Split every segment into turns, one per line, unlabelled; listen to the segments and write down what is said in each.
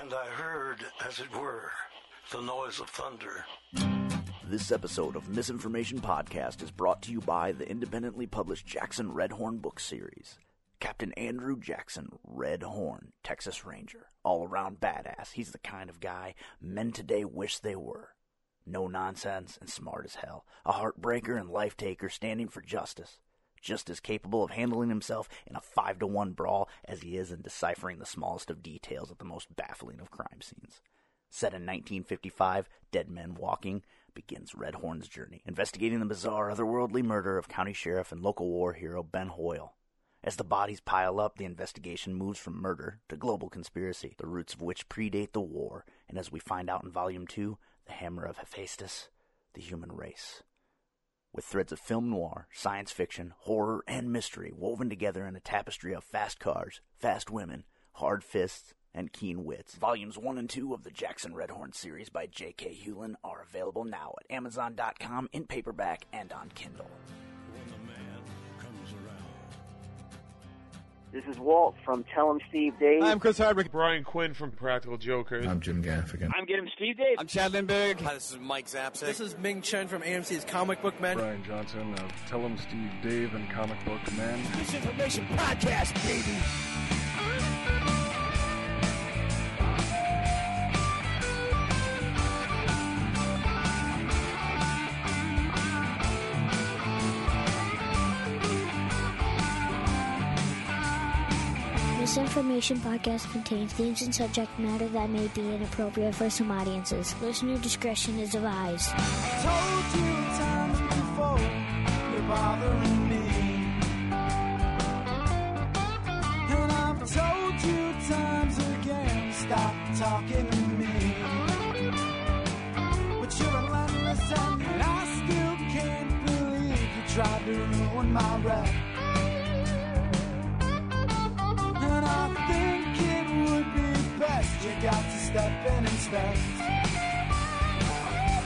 And I heard, as it were, the noise of thunder.
This episode of Misinformation Podcast is brought to you by the independently published Jackson Redhorn book series. Captain Andrew Jackson, Red Horn, Texas Ranger, all around badass. He's the kind of guy men today wish they were. No nonsense and smart as hell. A heartbreaker and life taker standing for justice. Just as capable of handling himself in a five to one brawl as he is in deciphering the smallest of details at the most baffling of crime scenes. Set in 1955, Dead Men Walking begins Red Horn's journey, investigating the bizarre, otherworldly murder of county sheriff and local war hero Ben Hoyle. As the bodies pile up, the investigation moves from murder to global conspiracy, the roots of which predate the war, and as we find out in Volume 2, the hammer of Hephaestus, the human race. With threads of film noir, science fiction, horror, and mystery woven together in a tapestry of fast cars, fast women, hard fists, and keen wits. Volumes 1 and 2 of the Jackson Redhorn series by J.K. Hewlin are available now at Amazon.com in paperback and on Kindle.
When the man comes around.
This is Walt from Tell 'em Steve Dave.
I'm Chris Hardwick.
Brian Quinn from Practical Jokers.
I'm Jim Gaffigan.
I'm getting Steve Dave.
I'm Chad Lindberg.
Hi, this is Mike Zapsik.
This is Ming Chen from AMC's Comic Book Men.
Brian Johnson of Tell 'em Steve Dave and Comic Book Man.
Misinformation Podcast, baby!
Misinformation podcast contains themes and subject matter that may be inappropriate for some audiences. Listener discretion is advised.
Told you times before, you're bothering me. And I've told you times again, stop talking to me. But you're relentless and I still can't believe you tried to ruin my rep. And I think it would be best you got to step in and inspect.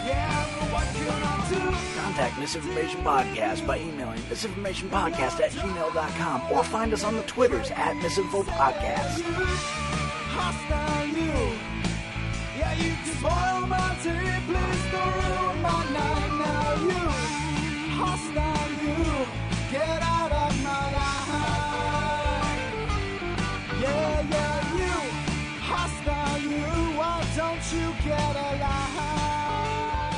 Yeah, but what can I do?
Contact Misinformation Podcast by emailing misinformationpodcast at gmail.com or find us on the Twitters at misinfopodcast.
Hostile you. Yeah, you can spoil my day, please don't ruin my night. Now you, hostile you, get out of my life. Yeah, yeah, you, hostile you. Why don't you get alive?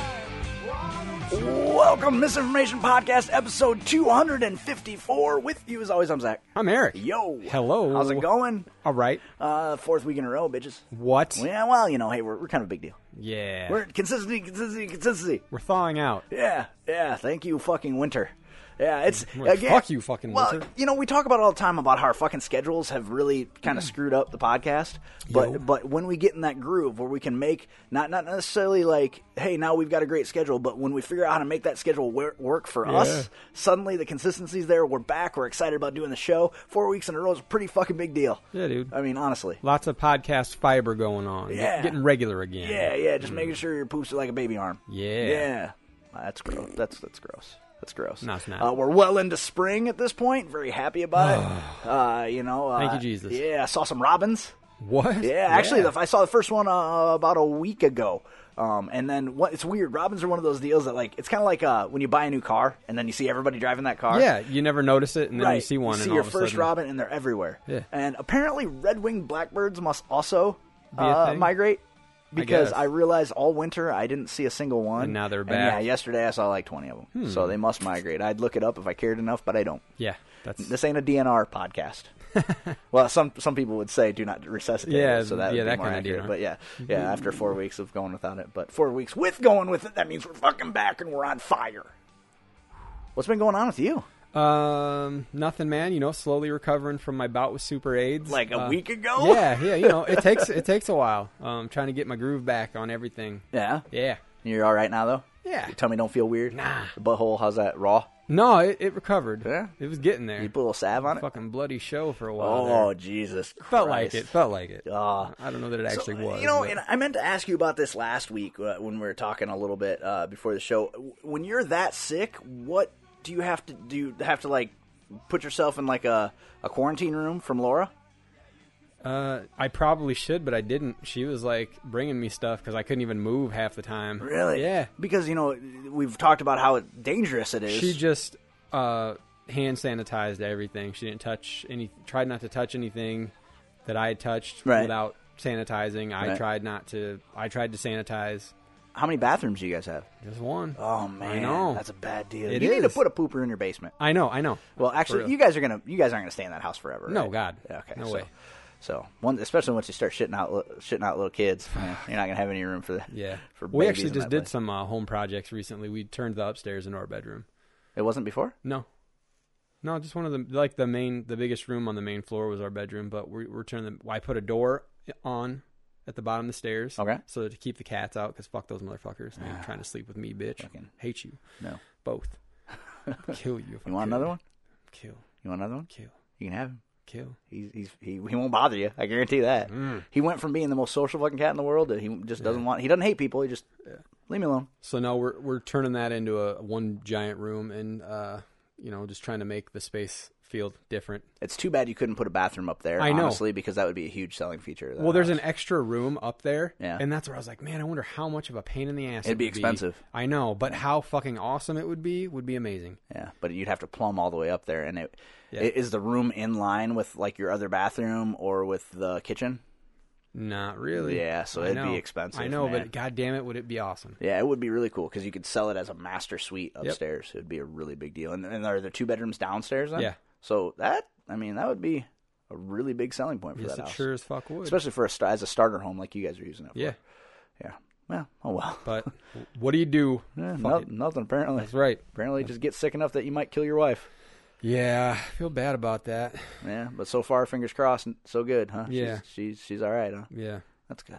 Why don't you?
Welcome, Misinformation Podcast, episode 254. With you, as always, I'm Zach.
I'm Eric.
Yo.
Hello.
How's it going?
All right.
Uh, fourth week in a row, bitches.
What?
Yeah, well, you know, hey, we're, we're kind of a big deal.
Yeah.
We're consistency, consistency, consistency.
We're thawing out.
Yeah, yeah. Thank you, fucking winter. Yeah, it's
Well,
again.
fuck you, fucking
well,
winter.
You know, we talk about all the time about how our fucking schedules have really kind of screwed up the podcast. But
Mm. Yo.
but when we get in that groove where we can make not not necessarily like, hey, now we've got a great schedule, but when we figure out how to make that schedule wor- work for us, suddenly the consistency's there. We're back. We're excited about doing the show. Four weeks in a row is a pretty fucking big deal.
Yeah, dude.
I mean, honestly.
Lots of podcast fiber going on. Get-
Yeah.
Getting regular again.
Yeah, yeah. Just making sure your poops are like a baby arm.
mm. Yeah.
Yeah. Wow, That's gross. That's that's gross. That's gross.
No, it's not.
Uh, we're well into spring at this point. Very happy about it. Uh, you know. Uh,
Thank you, Jesus.
Yeah. I saw some robins.
What?
Yeah. Actually, the, I saw the first one uh, about a week ago. Um, and then what, it's weird. Robins are one of those deals that like it's kind of like uh, when you buy a new car and then you see everybody driving that car.
Yeah, you never notice it, and then
right.
you see
You
one, and
see
all
your
of a
first
sudden,
robin, and they're everywhere.
Yeah.
And apparently, red-winged blackbirds must also
Be a
uh,
thing?
migrate because
guess.
I, realized all winter I didn't see a single one.
And now they're
yeah,
back. Hmm.
yesterday I saw like twenty of them. So they must migrate. I'd look it up if I cared enough, but I don't.
yeah, that's
This ain't a DNR podcast. well, some some people would say do not resuscitate.
Yeah,
it, so that would
yeah,
be
that
more
kinda
accurate.
DNR.
But yeah,
Mm-hmm.
yeah. After four weeks of going without it, but four weeks with going with it, that means we're fucking back and we're on fire. What's been going on with you?
um nothing, man. You know, slowly recovering from my bout with super AIDS,
Like a
Uh,
week ago?
Yeah, yeah. You know, it takes it takes a while. Um, trying to get my groove back on everything.
Yeah.
Yeah.
You're all right now though.
Yeah.
Your tummy don't feel weird. Nah. The butthole, how's that? Raw.
No, it, it recovered.
Yeah?
It was getting there.
You put a little salve on it.
Fucking bloody show for a while.
oh
there.
Jesus.
felt like
Christ.
it. Felt like it.
Ah.
I don't know that it
So,
actually was.
You know,
but-
and I meant to ask you about this last week uh, when we were talking a little bit uh, before the show. W- When you're that sick, what do you have to do? You have to like put yourself in like a, a quarantine room from Laura?
Uh, I probably should, but I didn't. She was like bringing me stuff because I couldn't even move half the time.
Really?
Yeah.
Because you know we've talked about how dangerous it is.
She just uh, hand sanitized everything. She didn't touch any. Tried not to touch anything that I had touched
Right.
without sanitizing. I
Right.
tried not to. I tried to sanitize.
how many bathrooms do you guys have?
Just one.
Oh man,
I know.
that's a bad deal.
It
you need to
is.
put a pooper in your basement.
I know. I know.
Well,
For
actually,
real.
you guys are gonna you guys aren't gonna stay in that house forever.
No,
right?
God.
Okay.
No
so,
way.
So one, especially once you start shitting out li- shitting out little kids, man, you're not gonna have any room for that.
Yeah.
For
we
babies
actually
in
just
that
did
place.
some uh, home projects recently. We turned the upstairs into our bedroom.
It wasn't before.
No. No, just one of the like the main the biggest room on the main floor was our bedroom, but we we're turning the I put a door on at the bottom of the stairs.
Okay. Ah.
So to keep the cats out cuz fuck those motherfuckers. They're trying to sleep with me, bitch.
Fucking-
Hate you.
No.
Both. kill you. If
You
I
want
could.
another one?
Kill.
You want another one?
Kill.
You can have him.
Kill.
He's, he's he, he won't bother you. I guarantee that.
Mm.
He went from being the most social fucking cat in the world that he just doesn't want. He doesn't hate people. He just leave me alone.
So no, we're we're turning that into a one giant room and uh you know, just trying to make the space feel different.
It's too bad you couldn't put a bathroom up there.
I know.
honestly, because that would be a huge selling feature. of that
Well, there's an
house.
extra room up there,
Uh, Yeah.
and that's where I was like, man, I wonder how much of a pain in the ass
It'd
it
be
would
expensive.
I know, but how fucking awesome it would be would be amazing.
yeah, but you'd have to plumb all the way up there, and it i- is the room in line with like your other bathroom or with the kitchen?
Not really.
Yeah, so
I
it'd be
know.
expensive,
I know,
man.
but god damn it, would it be awesome?
Yeah, it would be really cool because you could sell it as a master suite upstairs. It'd be a really big deal. And, and are there two bedrooms downstairs? Then?
Yeah.
So that I mean that would be a really big selling point for
Yes,
that
it
house.
sure as fuck would.
especially for a st- as a starter home like you guys are using it. For.
yeah,
yeah. Well, oh well.
but what do you do?
Yeah,
Fuck
no-
it.
nothing apparently.
That's right.
Apparently, just get sick enough that you might kill your wife.
Yeah, I feel bad about that.
Yeah, but so far, fingers crossed, n- so good, huh?
Yeah.
she's she's, she's all right, huh?
Yeah,
That's good.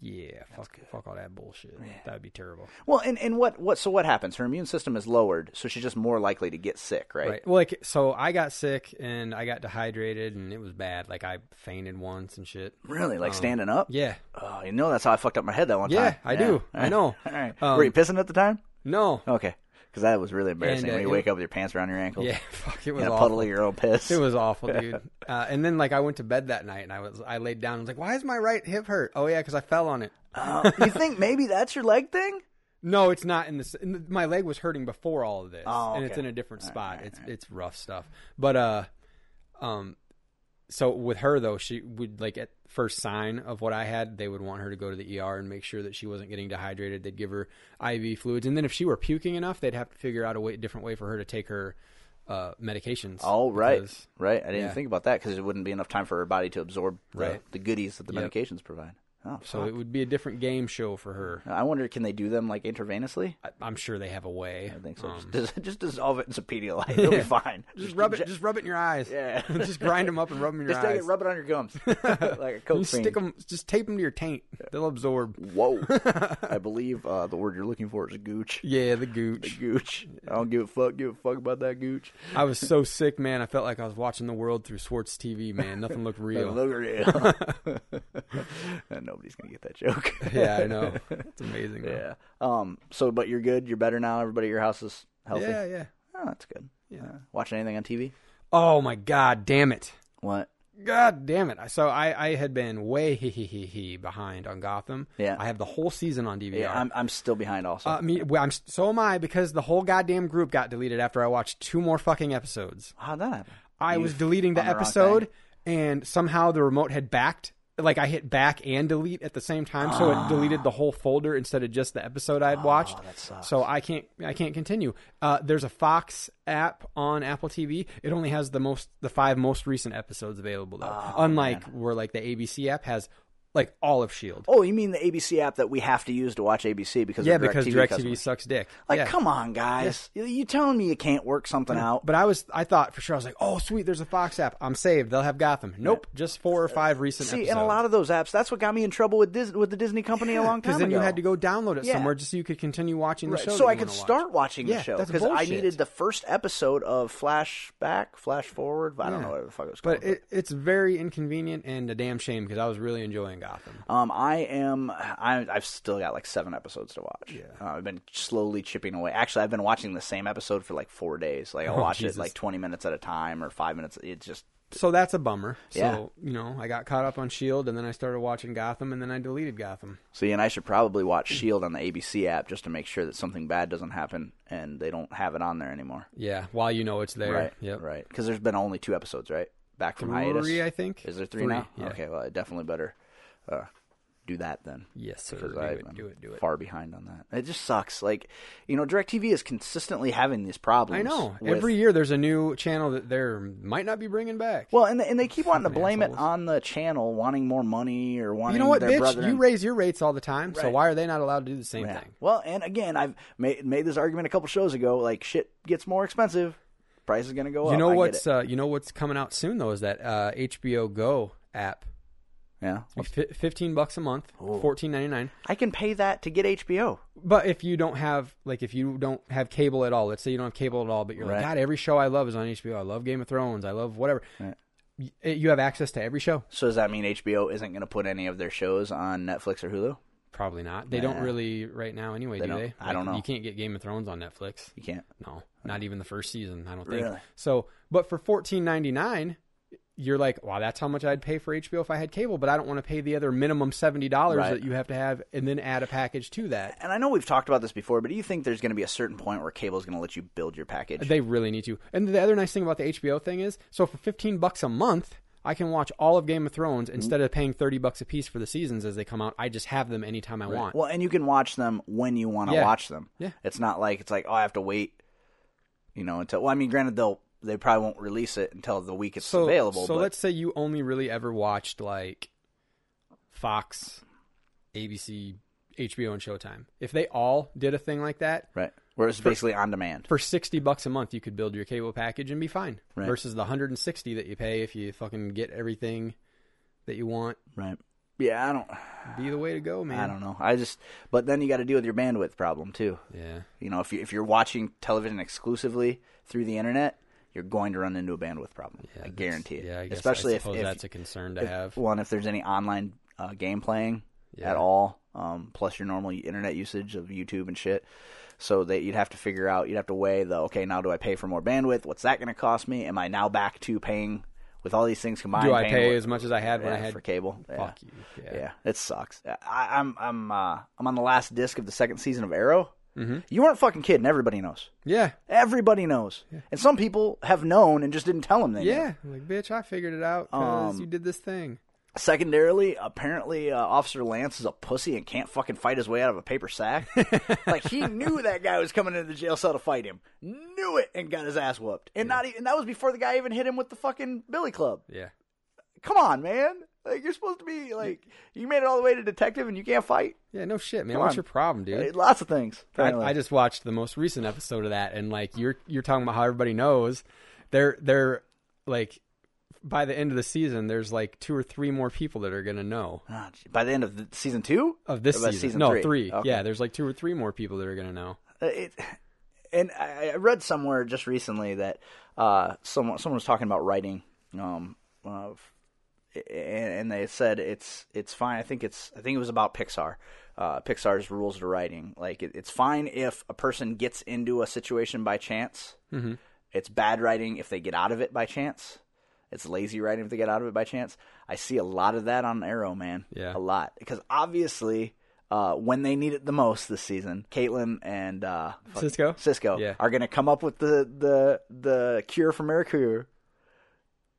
yeah. Fuck, fuck all that bullshit. That would be terrible.
Well, and, and what what so what happens? Her immune system is lowered, so she's just more likely to get sick, right?
Well, like, so I got sick and I got dehydrated and it was bad. Like, I fainted once and shit.
Really, like standing up?
Um, Yeah,
Oh, you know that's how I fucked up my head that one
Yeah,
time.
I do. I know.
All right.
Um,
Were you pissing at the time?
no.
Okay, because that was really embarrassing
And, uh,
when you
it-
wake up with your pants around your ankles.
Yeah, fuck, it was
In a
awful.
puddle of your own piss.
It was awful, dude. Uh, and then like I went to bed that night and I was I laid down. and was like, why is my right hip hurt? Oh yeah, because I fell on it.
Oh, you think maybe that's your leg thing?
No, it's not in this. In the, my leg was hurting before all of this,
Oh,
and it's
okay.
in a different spot. it's it's rough stuff. But uh, um, so with her though, she would like at first sign of what I had, they would want her to go to the ER and make sure that she wasn't getting dehydrated. They'd give her IV fluids, and then if she were puking enough, they'd have to figure out a way, different way for her to take her uh medications.
Oh, right,
because-
right. I didn't
yeah.
think about that because it wouldn't be enough time for her body to absorb the,
Right.
the goodies that the
Yep.
medications provide. Oh,
So it would be a different game show for her.
I wonder, can they do them like intravenously?
I, I'm sure they have a way. Um,
I think so. just, dis- just dissolve it in some Pedialyte. It'll be fine.
Just rub it.
inject-
Just rub it in your eyes.
Yeah.
just grind them up and rub them in your
just
eyes.
take it, rub it on your gums like a coke
You
fiend.
stick 'em- Just tape them to your taint. They'll absorb.
Whoa! I believe uh, the word you're looking for is gooch.
Yeah, the gooch.
Gooch. I don't give a fuck. Give a fuck about that gooch.
I was so sick, man. I felt like I was watching the world through Schwartz TV, man. Nothing looked real.
Look at you. And Nobody's gonna get that joke.
yeah, I know. It's amazing. though.
yeah. Um. So, but you're good. You're better now. Everybody at your house is healthy.
Yeah, yeah.
Oh, that's good. Yeah. watching anything on TV?
Oh my god, damn it.
What?
God damn it. So I, I had been way hee hee hee hee behind on Gotham.
Yeah.
I have the whole season on DVR.
Yeah. I'm I'm still behind. Also.
Uh, me, well, I'm so am I because the whole goddamn group got deleted after I watched two more fucking episodes.
How'd that happen?
I
You eh?
was deleting the
on wrong
episode,
thing.
and somehow the remote had backed. Like I hit back and delete at the same time, so it deleted the whole folder instead of just the episode
Oh,
I had watched. So I can't, I can't continue. Uh, there's a Fox app on Apple TV. It only has the most, the five most recent episodes available though.
Oh,
Unlike where like the ABC app has like all of Shield.
Oh, you mean the ABC app that we have to use to watch ABC because
yeah,
of
because
DirecTV
DirecTV
customers?
sucks dick.
Like,
yeah.
come on, guys. You- You telling me you can't work something out?
Oh, But I was, I thought for sure, I was like, oh sweet, there's a Fox app. I'm saved. They'll have Gotham. Nope, just four or five recent.
Uh, See,
episodes.
and a lot of those apps, that's what got me in trouble with Dis- with the Disney company a long time
Because then
ago.
you had to go download it
Yeah.
somewhere just so you could continue watching the
Right,
show.
so
that
I
you
could
wanna watch.
start watching the
Yeah,
show
that's
because I
bullshit.
needed the first episode of Flashback, Flash Forward. I don't know what the fuck it was called.
But it, it's very inconvenient and a damn shame because I was really enjoying Gotham.
Um, I am. I, I've still got like seven episodes to watch. Yeah. Uh, I've been slowly chipping away. Actually, I've been watching the same episode for like four days. Like I'll watch
Oh, Jesus.
it like twenty minutes at a time or five minutes. It's just
so that's a bummer. So,
Yeah.
you know, I got caught up on Shield and then I started watching Gotham and then I deleted Gotham.
See, and I should probably watch Shield on the ABC app just to make sure that something bad doesn't happen, and they don't have it on there anymore.
Yeah, while you know it's there.
Right.
Yep.
Right. Because there's been only two episodes, right? Back from hiatus.
Three, I think.
Is there three,
Three,
now?
yeah.
Okay. Well, I definitely better uh, do that then.
Yes, sir.
Because
Do
I
it,
am
do it, do it.
Far behind on that. It just sucks. Like, you know, Directv is consistently having these problems.
I know.
with-
Every year there's a new channel that they might not be bringing back.
Well, and they, and they keep wanting to blame it
assholes.
on the channel, wanting more money or wanting
you know what,
their
bitch?
brother.
You
and-
raise your rates all the time, so
Right.
why are they not allowed to do the same
Yeah.
thing?
Well, and again, I've made made this argument a couple shows ago. Like, shit gets more expensive, price is going to go up.
you know
I get
what's
it.
uh, you know what's coming out soon though is that uh, HBO Go app.
yeah.
Fi Fifteen bucks a month,
Oh.
fourteen ninety nine.
I can pay that to get HBO.
But if you don't have like if you don't have cable at all, let's say you don't have cable at all, but you're
Right.
like, God, every show I love is on HBO. I love Game of Thrones. I love whatever. Y- eh, You have access to every show.
So does that mean HBO isn't going to put any of their shows on Netflix or Hulu?
Probably not. They don't really right now anyway,
They
do
don't-
they?
I don't know.
You can't get Game of Thrones on Netflix.
You can't.
No, not even the first season. I don't think
Really?
so. But for fourteen ninety nine, you're like, wow, that's how much I'd pay for HBO if I had cable. But I don't want to pay the other minimum seventy dollars
Right.
that you have to have, and then add a package to that.
And I know we've talked about this before, but do you think there's going to be a certain point where cable's going to let you build your package?
They really need to. And the other nice thing about the HBO thing is, so for fifteen bucks a month. I can watch all of Game of
Mm-hmm.
Thrones instead of paying thirty bucks a piece for the seasons as they come out. I just have them anytime I want.
Well, and you can watch them when you want to
Yeah.
watch them.
Yeah.
It's not like it's like oh I have to wait, you know, until. Well, I mean, granted they'll they probably won't release it until the week it's
so,
available.
So
but
let's say you only really ever watched like Fox, ABC, HBO, and Showtime. If they all did a thing like that,
right where it's basically on demand.
for sixty bucks a month, you could build your cable package and be fine.
Right.
Versus the hundred and sixty that you pay if you fucking get everything that you want.
Right. Yeah, I don't.
Be the way to go, man.
I don't know. I just. But then you got to deal with your bandwidth problem too.
Yeah.
You know, if you if you're watching television exclusively through the internet, you're going to run into a bandwidth problem.
Yeah,
I
that's-
guarantee it.
Yeah, I guess,
especially
I
if,
suppose
if
that's a concern to
if-
have.
one if there's any online uh, game playing
Yeah.
at all, um, plus your normal internet usage of YouTube and shit. So that you'd have to figure out, you'd have to weigh the okay. Now, do I pay for more bandwidth? What's that going to cost me? Am I now back to paying with all these things combined?
Do I
paying
pay
what-
as much as I had when I
yeah,
had
for cable? Yeah.
Fuck you. Yeah.
Yeah. it sucks. I, I'm I'm uh, I'm on the last disc of the second season of Arrow. Mm-hmm. You weren't fucking kidding. Everybody knows.
Yeah.
Everybody knows. And some people have known and just didn't tell them they knew.
Yeah. Like, bitch, I figured it out because
Um,
you did this thing.
Secondarily, apparently, uh, Officer Lance is a pussy and can't fucking fight his way out of a paper sack. like he knew that guy was coming into the jail cell to fight him, knew it, and got his ass whooped. And not even that was before the guy even hit him with the fucking billy club.
Yeah.
Come on, man! Like you're supposed to be like you made it all the way to detective and you can't fight.
Yeah, no shit, man.
Come
What's
on.
your problem, dude?
Uh, Lots of things.
I,
apparently.
I just watched the most recent episode of that, and like you're you're talking about how everybody knows, they're they're like by the end of the season, there's like two or three more people that are gonna know
Ah, gee, by the end of the, season two
of this
Or by
season. no, three.
Okay.
Yeah, there's like two or three more people that are gonna know.
Uh, it, and I I read somewhere just recently that uh, someone someone was talking about writing, um, uh, and, and they said it's it's fine. I think it's I think it was about Pixar, uh, Pixar's rules to writing. Like it, it's fine if a person gets into a situation by chance. Mm-hmm. It's bad writing if they get out of it by chance. It's lazy writing if they get out of it by chance. I see a lot of that on Arrow, man.
Yeah.
a lot because obviously. Uh, when they need it the most this season, Caitlin and uh, fuck-
Cisco?
Cisco
Yeah.
are going to come up with the the the cure for Mercury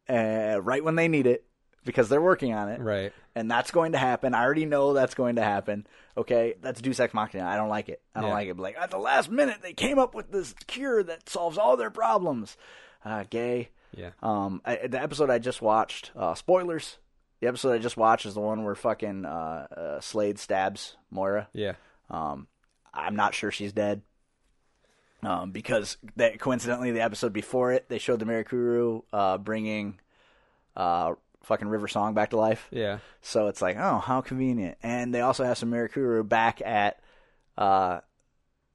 uh, right when they need it because they're working on it,
Right.
and that's going to happen. I already know that's going to happen. Okay, that's Deus Ex Machina. I don't like it. I don't
Yeah.
like it. But like at the last minute, they came up with this cure that solves all their problems. Uh, gay.
Yeah.
Um, I, the episode I just watched. Uh, spoilers. The episode I just watched is the one where fucking uh, uh, Slade stabs Moira.
Yeah.
Um, I'm not sure she's dead. Um, because that coincidentally, the episode before it, they showed the Mirakuru uh, bringing uh, fucking River Song back to life.
Yeah.
So it's like, oh, how convenient. And they also have some Mirakuru back at uh,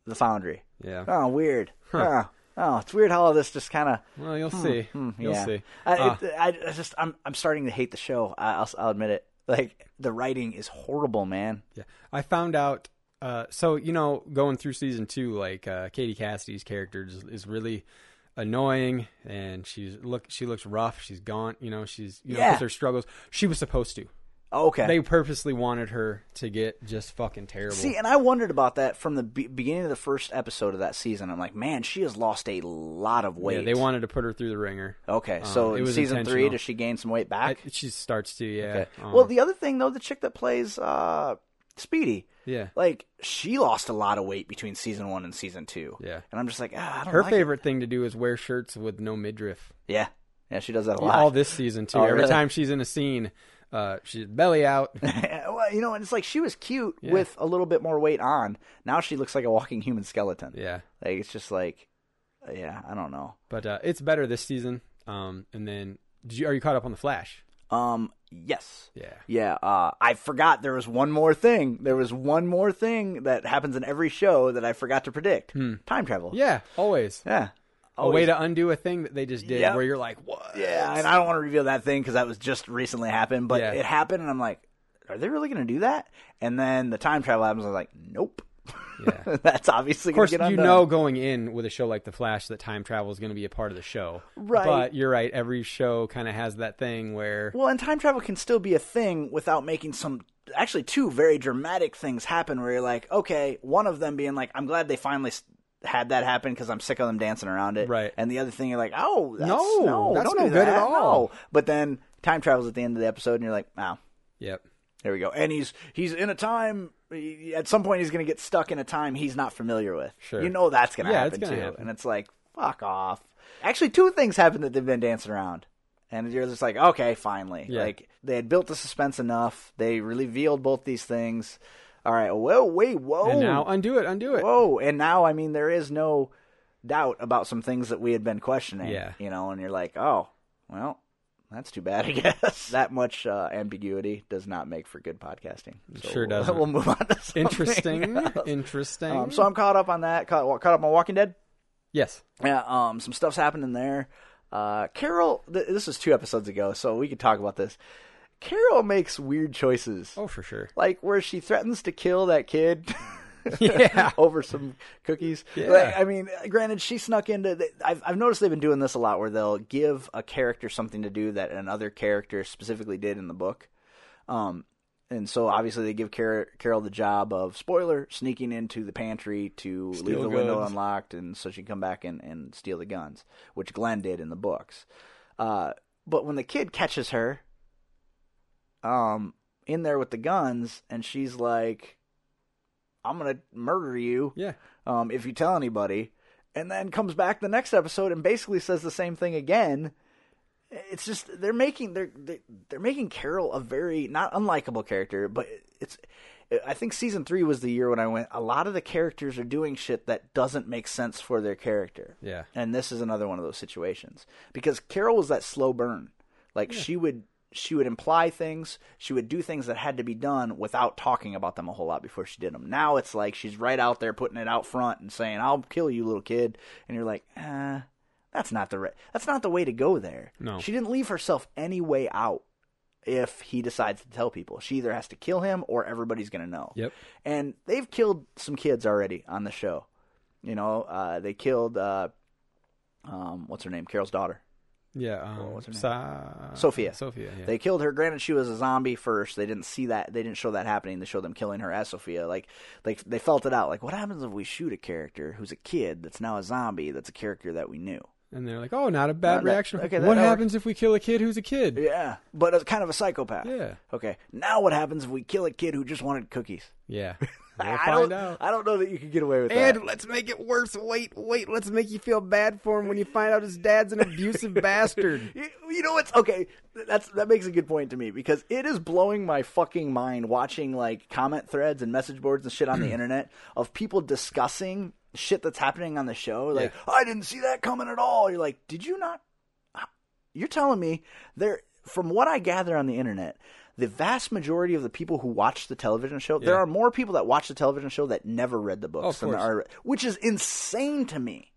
the Foundry.
Yeah.
Oh, weird. Oh, oh, it's weird how all this just kind of.
Well, you'll see. You'll
Hmm. yeah.
see.
I,
Uh,
it, I, I just, I'm, I'm starting to hate the show. I, I'll, I'll admit it. Like the writing is horrible, man.
Yeah, I found out. Uh, so you know, going through season two, like uh, Katie Cassidy's character is, is really annoying and she's look she looks rough she's gaunt you know she's you know
Yeah.
with her struggles she was supposed to
Okay.
they purposely wanted her to get just fucking terrible
See, and I wondered about that from the be- beginning of the first episode of that season. I'm like, man, she has lost a lot of weight.
yeah, they wanted to put her through the ringer
Okay, so
Um, it
in
was
season three,
intentional.
does she gain some weight
I,
back?
she starts to yeah
Okay.
um,
well, the other thing though, the chick that plays uh, Speedy,
yeah
like she lost a lot of weight between season one and season two.
Yeah.
and I'm just like, ah, I don't
her
like it."
favorite thing to do is wear shirts with no midriff
Yeah, yeah, she does that a lot.
all this season too
Oh,
every
really?
time she's in a scene uh she's belly out
well, you know, and it's like she was cute
Yeah.
with a little bit more weight on. Now she looks like a walking human skeleton.
yeah
Like it's just like, yeah, I don't know.
but uh it's better this season um and then did you, are you caught up on the flash
Um, yes.
yeah
Yeah, uh, I forgot there was one more thing. There was one more thing that happens in every show that I forgot to predict. Time travel.
Hmm. yeah always
Yeah.
a way to undo a thing that they just did
Yep.
where you're like, what?
Yeah, and I don't want to reveal that thing because that was just recently happened, but
Yeah.
it happened, and I'm like, are they really going to do that? And then the time travel happens, I was like, nope.
Yeah.
That's obviously
Of course,
going to get
you
undone.
know going in with a show like The Flash that time travel is going to be a part of the show.
Right.
But you're right. Every show kind of has that thing where.
Well, and time travel can still be a thing without making some actually two very dramatic things happen where you're like, okay, one of them being like, I'm glad they finally s- had that happen because I'm sick of them dancing around it.
Right.
And the other thing, you're like, oh, that's, no,
No, that's
don't
no
do
good
that,
at all.
no. But then time travels at the end of the episode, and you're like, wow,
Yep.
there we go. And he's he's in a time. he- At some point, he's going to get stuck in a time he's not familiar with.
Sure.
You know that's going to
Yeah, it's
happen
gonna
too.
happen.
And it's like, fuck off. Actually, two things happened that they've been dancing around, and you're just like, okay, finally.
Yeah.
Like they had built the suspense enough. They revealed both these things. All right. Whoa. Wait. Whoa.
And now undo it, undo it.
Oh. whoa. And now, I mean, there is no doubt about some things that we had been questioning.
Yeah.
You know, and you're like, oh, well. That's too bad, I guess. That much uh, ambiguity does not make for good podcasting. So
sure
we'll-
doesn't.
We'll move on to something
Interesting.
else.
Interesting.
Um, so I'm caught up on that. Caught, caught up on Walking Dead.
yes.
Yeah. Um. Some stuff's happening there. Uh. Carol. Th- this was two episodes ago, so we could talk about this. Carol makes weird choices,
Oh, for sure.
like where she threatens to kill that kid.
Yeah.
over some cookies.
Yeah.
Like, I mean, granted, she snuck into. The, I've I've noticed they've been doing this a lot, where they'll give a character something to do that another character specifically did in the book. Um, and so obviously they give Car- Carol the job of spoiler sneaking into the pantry to leave
Steal
the window
guns.
unlocked, and so she can come back and and steal the guns, which Glenn did in the books. Uh, but when the kid catches her, um, in there with the guns, and she's like, "I'm gonna murder you."
Yeah.
um, if you tell anybody. And then comes back the next episode and basically says the same thing again. It's just they're making they're they're- they're making Carol a very not unlikable character, but it's I think season three was the year when I went. A lot of the characters are doing shit that doesn't make sense for their character.
Yeah.
and this is another one of those situations because Carol was that slow burn. Like she would she would imply things, she would do things that had to be done without talking about them a whole lot before she did them. Now it's like she's right out there putting it out front and saying, "I'll kill you, little kid," and you're like, "Uh, that's not the re- that's not the way to go there."
No.
she didn't leave herself any way out. If he decides to tell people, she either has to kill him or everybody's going to know.
Yep.
And they've killed some kids already on the show. You know, uh, they killed uh, um, what's her name, Carol's daughter.
Yeah. Um,
what's her name?
Sa-
Sophia.
Uh, Sophia. Yeah.
They killed her. Granted, she was a zombie first. They didn't see that. They didn't show that happening. They showed them killing her as Sophia. Like, like they felt it out. Like, what happens if we shoot a character who's a kid that's now a zombie? That's a character that we knew.
and they're like, oh, not a
Not
bad
that-
reaction.
okay, that-
what
that works.
happens if we kill a kid who's a kid?
Yeah, but a, kind of a psychopath.
Yeah.
Okay. Now, what happens if we kill a kid who just wanted cookies?
Yeah.
I-
We'll
I
find
don't.
out.
I don't know that you could get away with that.
And let's make it worse. Wait, wait. Let's make you feel bad for him when you find out his dad's an abusive bastard.
You, you know what's okay? That's that makes a good point to me because it is blowing my fucking mind watching like comment threads and message boards and shit
Hmm.
on the internet of people discussing shit that's happening on the show. Like, I didn't see that coming at all. You're like, did you not? You're telling me there. From what I gather on the internet, the vast majority of the people who watch the television show, there
Yeah.
are more people that watch the television show that never read the books than there are,
course.
which is insane to me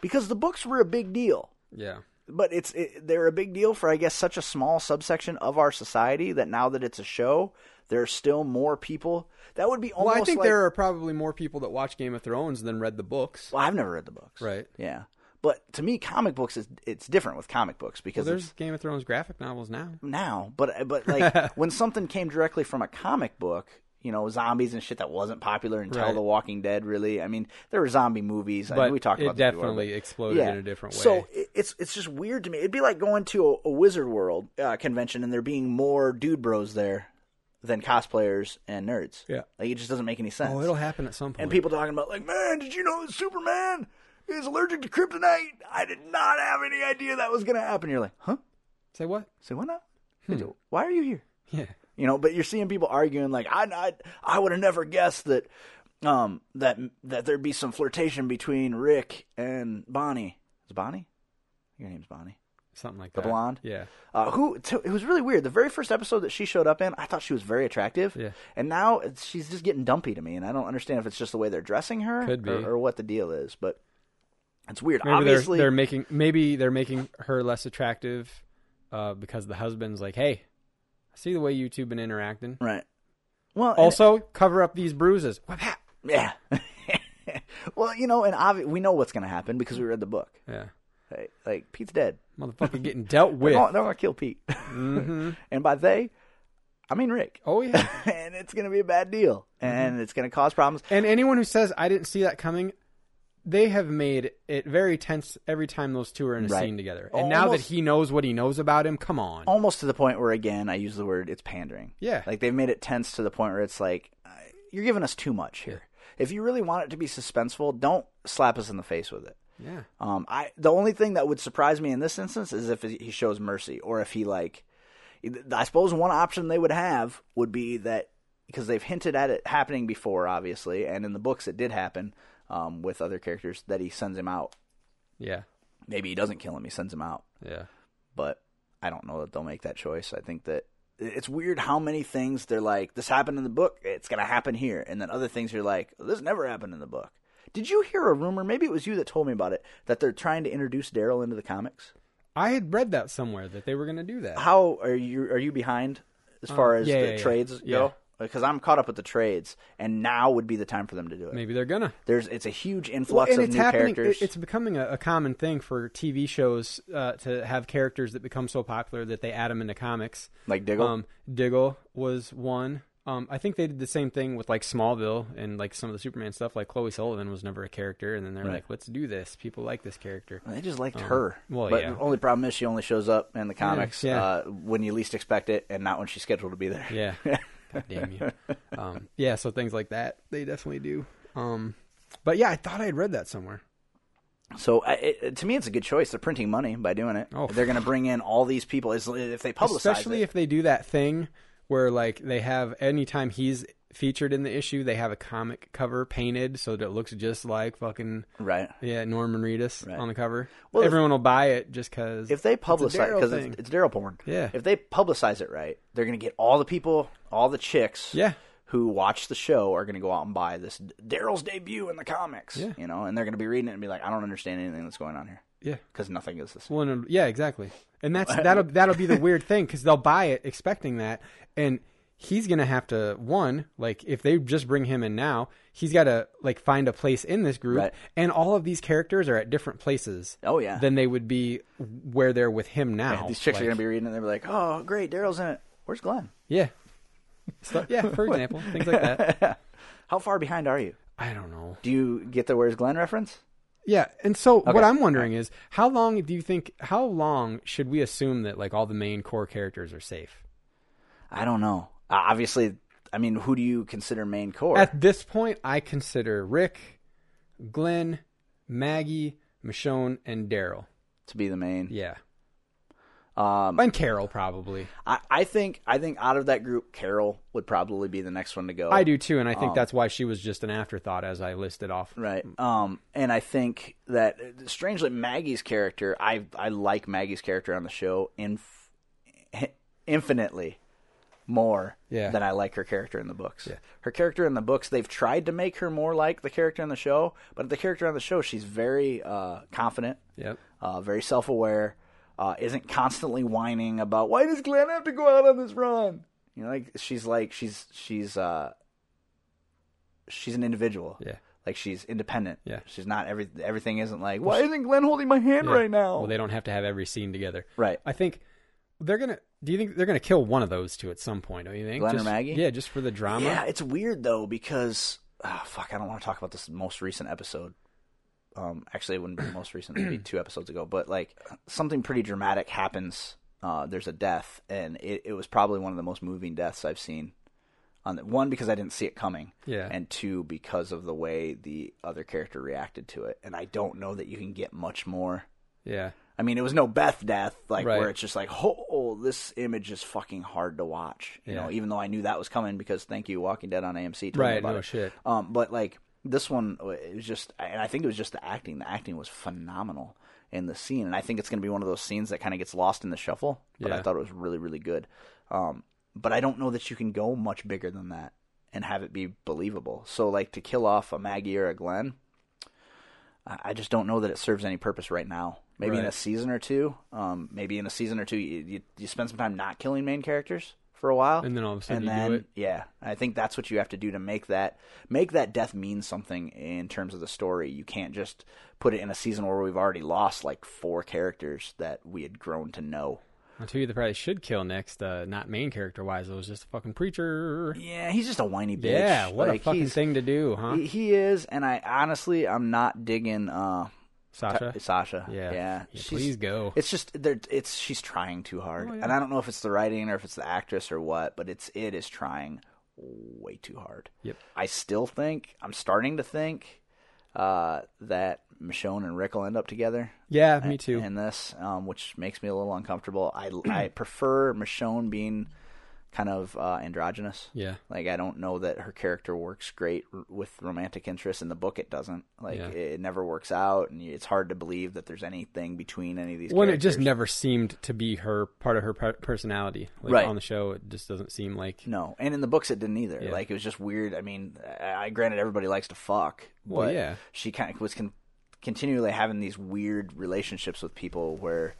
because the books were a big deal
Yeah.
but it's it, they're a big deal for I guess such a small subsection of our society that now that it's a show, there are still more people. That would be almost.
Well, I think
like,
there are probably more people that watch Game of Thrones than read the books.
Well, I've never read the books.
Right.
Yeah, But to me, comic books is it's different with comic books
Well,
because
there's
it's
Game of Thrones graphic novels now.
now. But but like when something came directly from a comic book, you know, zombies and shit that wasn't popular until
Right.
The Walking Dead. Really, I mean, there were zombie movies. I
But
mean, we talked
it
about this before,
definitely
but-
exploded in a different way.
So it- it's it's just weird to me. It'd be like going to a, a Wizard World uh, convention and there being more dude bros there than cosplayers and nerds.
Yeah.
like it just doesn't make any sense.
Oh, it'll happen at some point.
and people talking about like, man, did you know that Superman is allergic to kryptonite? I did not have any idea that was going to happen. You're like, huh?
say what?
Say why not?
Hmm.
Why are you here?
Yeah.
you know but you're seeing people arguing like i i, I would have never guessed that um that that there'd be some flirtation between rick and bonnie is bonnie your name's bonnie
Something like
The
that.
blonde?
Yeah.
uh, who t- it was really weird. The very first episode that she showed up in, I thought she was very attractive,
Yeah.
and now it's, she's just getting dumpy to me, and I don't understand if it's just the way they're dressing her,
Could be.
Or, or what the deal is. But it's weird.
Maybe
Obviously,
they're, they're making maybe they're making her less attractive uh, because the husband's like, "Hey, I see the way you two been interacting.
right. Well, and-
Also, cover up these bruises." Whap-hap.
yeah. well, you know, and obvi- we know what's going to happen because we read the book.
Yeah.
Like, like Pete's dead.
Motherfucker getting dealt
They're
with. Mm-hmm.
gonna, they're gonna kill Pete. and by they, I mean Rick.
Oh yeah. Mm-hmm.
and it's gonna be a bad deal, and it's gonna cause problems.
And anyone who says I didn't see that coming, they have made it very tense every time those two are in a
Right.
scene together. And now that
Almost-
he knows what he knows about him, come on.
Almost to the point where, again, I use the word it's pandering.
Yeah.
like they've made it tense to the point where it's like uh, you're giving us too much here. If you really want it to be suspenseful, don't slap us in the face with it.
Yeah.
Um, I the only thing that would surprise me in this instance is if he shows mercy or if he like. I suppose one option they would have would be that because they've hinted at it happening before, obviously, and in the books it did happen um, with other characters that he sends him out.
Yeah.
Maybe he doesn't kill him; he sends him out.
Yeah.
But I don't know that they'll make that choice. I think that it's weird how many things they're like, "This happened in the book; it's going to happen here," and then other things you're like, "This never happened in the book." Did you hear a rumor? Maybe it was you that told me about it that they're trying to introduce Daryl into the comics.
I had read that somewhere that they were going to do that.
how are you are you behind as far as
Uh,
the
yeah, yeah, yeah.
trades
Yeah.
go? Because I'm caught up with the trades, and now would be the time for them to do it.
Maybe they're gonna.
There's it's a huge
Well,
influx
and
of
it's
new
happening.
characters.
it- It's becoming a, a common thing for TV shows uh, to have characters that become so popular that they add them into comics.
Like Diggle?
Um, Diggle was one. Um, I think they did the same thing with like Smallville and like some of the Superman stuff. Like Chloe Sullivan was never a character, and then they're
Right.
like, "Let's do this. People like this character."
they just liked her.
Oh, well,
but
yeah.
the only problem is she only shows up in the comics
yeah.
Uh, when you least expect it, and not when she's scheduled to be there.
Yeah. God damn you. Um, yeah. So things like that, they definitely do. Um, but yeah, I thought I had read that somewhere.
So I, it, to me, it's a good choice. They're printing money by doing it.
Oh.
They're going to bring in all these people. It's, if they publicize
especially
it,
if they do that thing where like they have anytime he's featured in the issue they have a comic cover painted so that it looks just like fucking
right.
yeah norman reedus
Right.
on the cover
Well, if-
everyone will buy it just because
if they publicize because it's, it's Daryl porn.
Yeah.
If they publicize it right, they're gonna get all the people, all the chicks.
Yeah.
Who watch the show are gonna go out and buy this Daryl's debut in the comics.
Yeah.
You know, and they're gonna be reading it and be like, I don't understand anything that's going on here
yeah
because nothing is the same.
well no, yeah exactly and that's that'll that'll be the weird thing because they'll buy it expecting that and he's gonna have to one like if they just bring him in now he's gotta like find a place in this group
Right.
and all of these characters are at different places
Oh, yeah.
than they would be where they're with him now
These chicks
Like,
are gonna be reading it and they're like, Oh, great, Daryl's in it. Where's Glenn?
yeah Stuff- yeah for example things like that
How far behind are you?
i don't know
Do you get the Where's Glenn reference?
yeah and so what i'm wondering is how long do you think how long should we assume that like all the main core characters are safe
I don't know. Uh, obviously, I mean, who do you consider main core?
At this point, I consider Rick, Glenn, Maggie, Michonne, and Daryl.
to be the main.
Yeah.
Um,
And Carol, probably.
I, I think I think out of that group, Carol would probably be the next one to go.
I do too, and I think that's why she was just an afterthought as I listed off.
Oh. Right. Um, and I think that strangely Maggie's character, I I like Maggie's character on the show inf- infinitely more
Yeah.
than I like her character in the books. Her character in the books, they've tried to make her more like the character in the show, but the character on the show, she's very uh, confident,
Yep.
uh, very self aware, uh, isn't constantly whining about why does Glenn have to go out on this run? You know, like she's like she's she's uh she's an individual.
Yeah.
Like she's independent.
Yeah.
She's not every everything isn't like why isn't Glenn holding my hand
Yeah.
right now?
Well, they don't have to have every scene together.
Right.
I think they're gonna. Do you think they're gonna kill one of those two at some point? Don't you think?
Glenn or
Just-
Maggie?
Yeah, just for the drama.
Yeah, it's weird though because ah, fuck, I don't want to talk about this most recent episode. Um, actually, it wouldn't be the most recent; it'd be two episodes ago. But like something pretty dramatic happens. Uh, there's a death, and it, it was probably one of the most moving deaths I've seen. On the, one because I didn't see it coming,
Yeah.
and two because of the way the other character reacted to it. And I don't know that you can get much more.
Yeah.
I mean, it was no Beth death, like
Right.
where it's just like, oh, oh, this image is fucking hard to watch. You
Yeah.
know, even though I knew that was coming because thank you, Walking Dead on AMC. Told me
Right,
about
no
it.
shit.
Um, but like this one, it was just, and I think it was just the acting. The acting was phenomenal in the scene, and I think it's going to be one of those scenes that kind of gets lost in the shuffle. But I
Yeah.
thought it was really, really good. Um, but I don't know that you can go much bigger than that and have it be believable. So like to kill off a Maggie or a Glenn, I I just don't know that it serves any purpose right now. Maybe in
Right.
a season or two. Um, maybe in a season or two, you, you, you spend some time not killing main characters for a while,
And then all of a sudden
and
you do
then-
it.
Yeah, I think that's what you have to do to make that make that death mean something in terms of the story. You can't just put it in a season where we've already lost like four characters that we had grown to know.
I'll tell you they probably should kill next, uh, not main character wise. It was just a fucking preacher.
Yeah, he's just a whiny bitch.
Yeah, what
Like,
a fucking
he's-
thing to do, huh?
He, he is, and I honestly, I'm not digging. uh
Sasha.
T- Sasha.
Yeah.
Yeah.
Yeah, please go.
It's just they're it's she's trying too hard.
Oh, yeah.
And I don't know if it's the writing or if it's the actress or what, but it's it is trying way too hard.
Yep.
I still think I'm starting to think uh, that Michonne and Rick will end up together
Yeah, me too.
in this, um, which makes me a little uncomfortable. I I prefer Michonne being kind of uh, androgynous.
Yeah.
Like I don't know that her character works great r- with romantic interest. In the book, it doesn't. Like
Yeah.
it, it never works out, and it's hard to believe that there's anything between any of these.
When it
characters.
just never seemed to be her part of her per- personality. Like
Right.
on the show, it just doesn't seem like.
No, and in the books it didn't either.
Yeah.
Like it was just weird. I mean, I, I granted everybody likes to fuck,
Well,
but
yeah.
she kind of was con- continually having these weird relationships with people where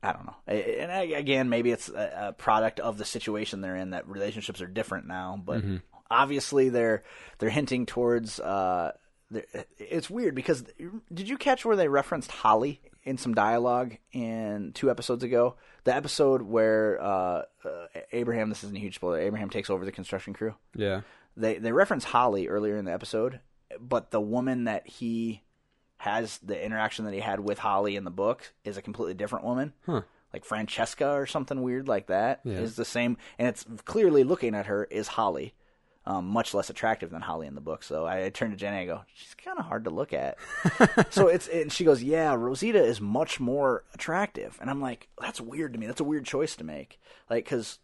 I don't know. A- And I, again, maybe it's a, a product of the situation they're in that relationships are different now. But obviously, they're they're hinting towards. Uh, they're- it's weird because did you catch where they referenced Holly in some dialogue in two episodes ago? The episode where uh, uh, Abraham, this isn't a huge spoiler, Abraham takes over the construction crew
Yeah.
they they reference Holly earlier in the episode, but the woman that he has the interaction that he had with Holly in the book is a completely different woman.
Huh.
Like Francesca or something weird like that is
Yeah.
the same, and it's clearly looking at her is Holly, um, much less attractive than Holly in the book. So I, I turned to Jenny and I go, she's kind of hard to look at. so it's and she goes, yeah, Rosita is much more attractive, and I'm like, that's weird to me. That's a weird choice to make, like because.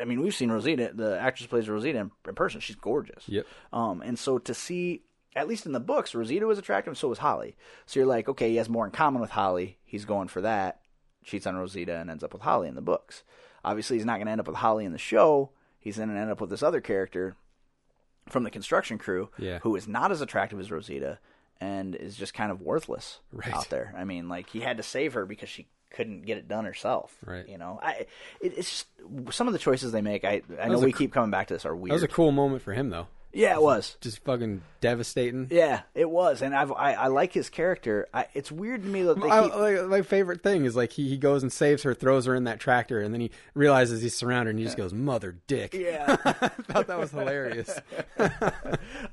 I mean, we've seen Rosita, the actress who plays Rosita in, in person. She's gorgeous.
Yep.
Um, and so to see, at least in the books, Rosita was attractive, so was Holly. So you're like, okay, he has more in common with Holly. He's going for that. Cheats on Rosita and ends up with Holly in the books. Obviously, he's not going to end up with Holly in the show. He's going to end up with this other character from the construction crew
Yeah.
who is not as attractive as Rosita and is just kind of worthless
Right.
out there. I mean, like he had to save her because she couldn't get it done herself.
Right.
You know, I it, it's just some of the choices they make. I I know
was a
we
cr-
keep coming back to this are
That
weird.
was a cool moment for him, though.
yeah, it was.
Just fucking devastating.
Yeah, it was, and I've, I I like his character. I, it's weird to me that they
I,
keep,
like, my favorite thing is like he, he goes and saves her, throws her in that tractor, and then he realizes he's surrounded, and he just goes, "Mother dick."
yeah.
I thought that was hilarious.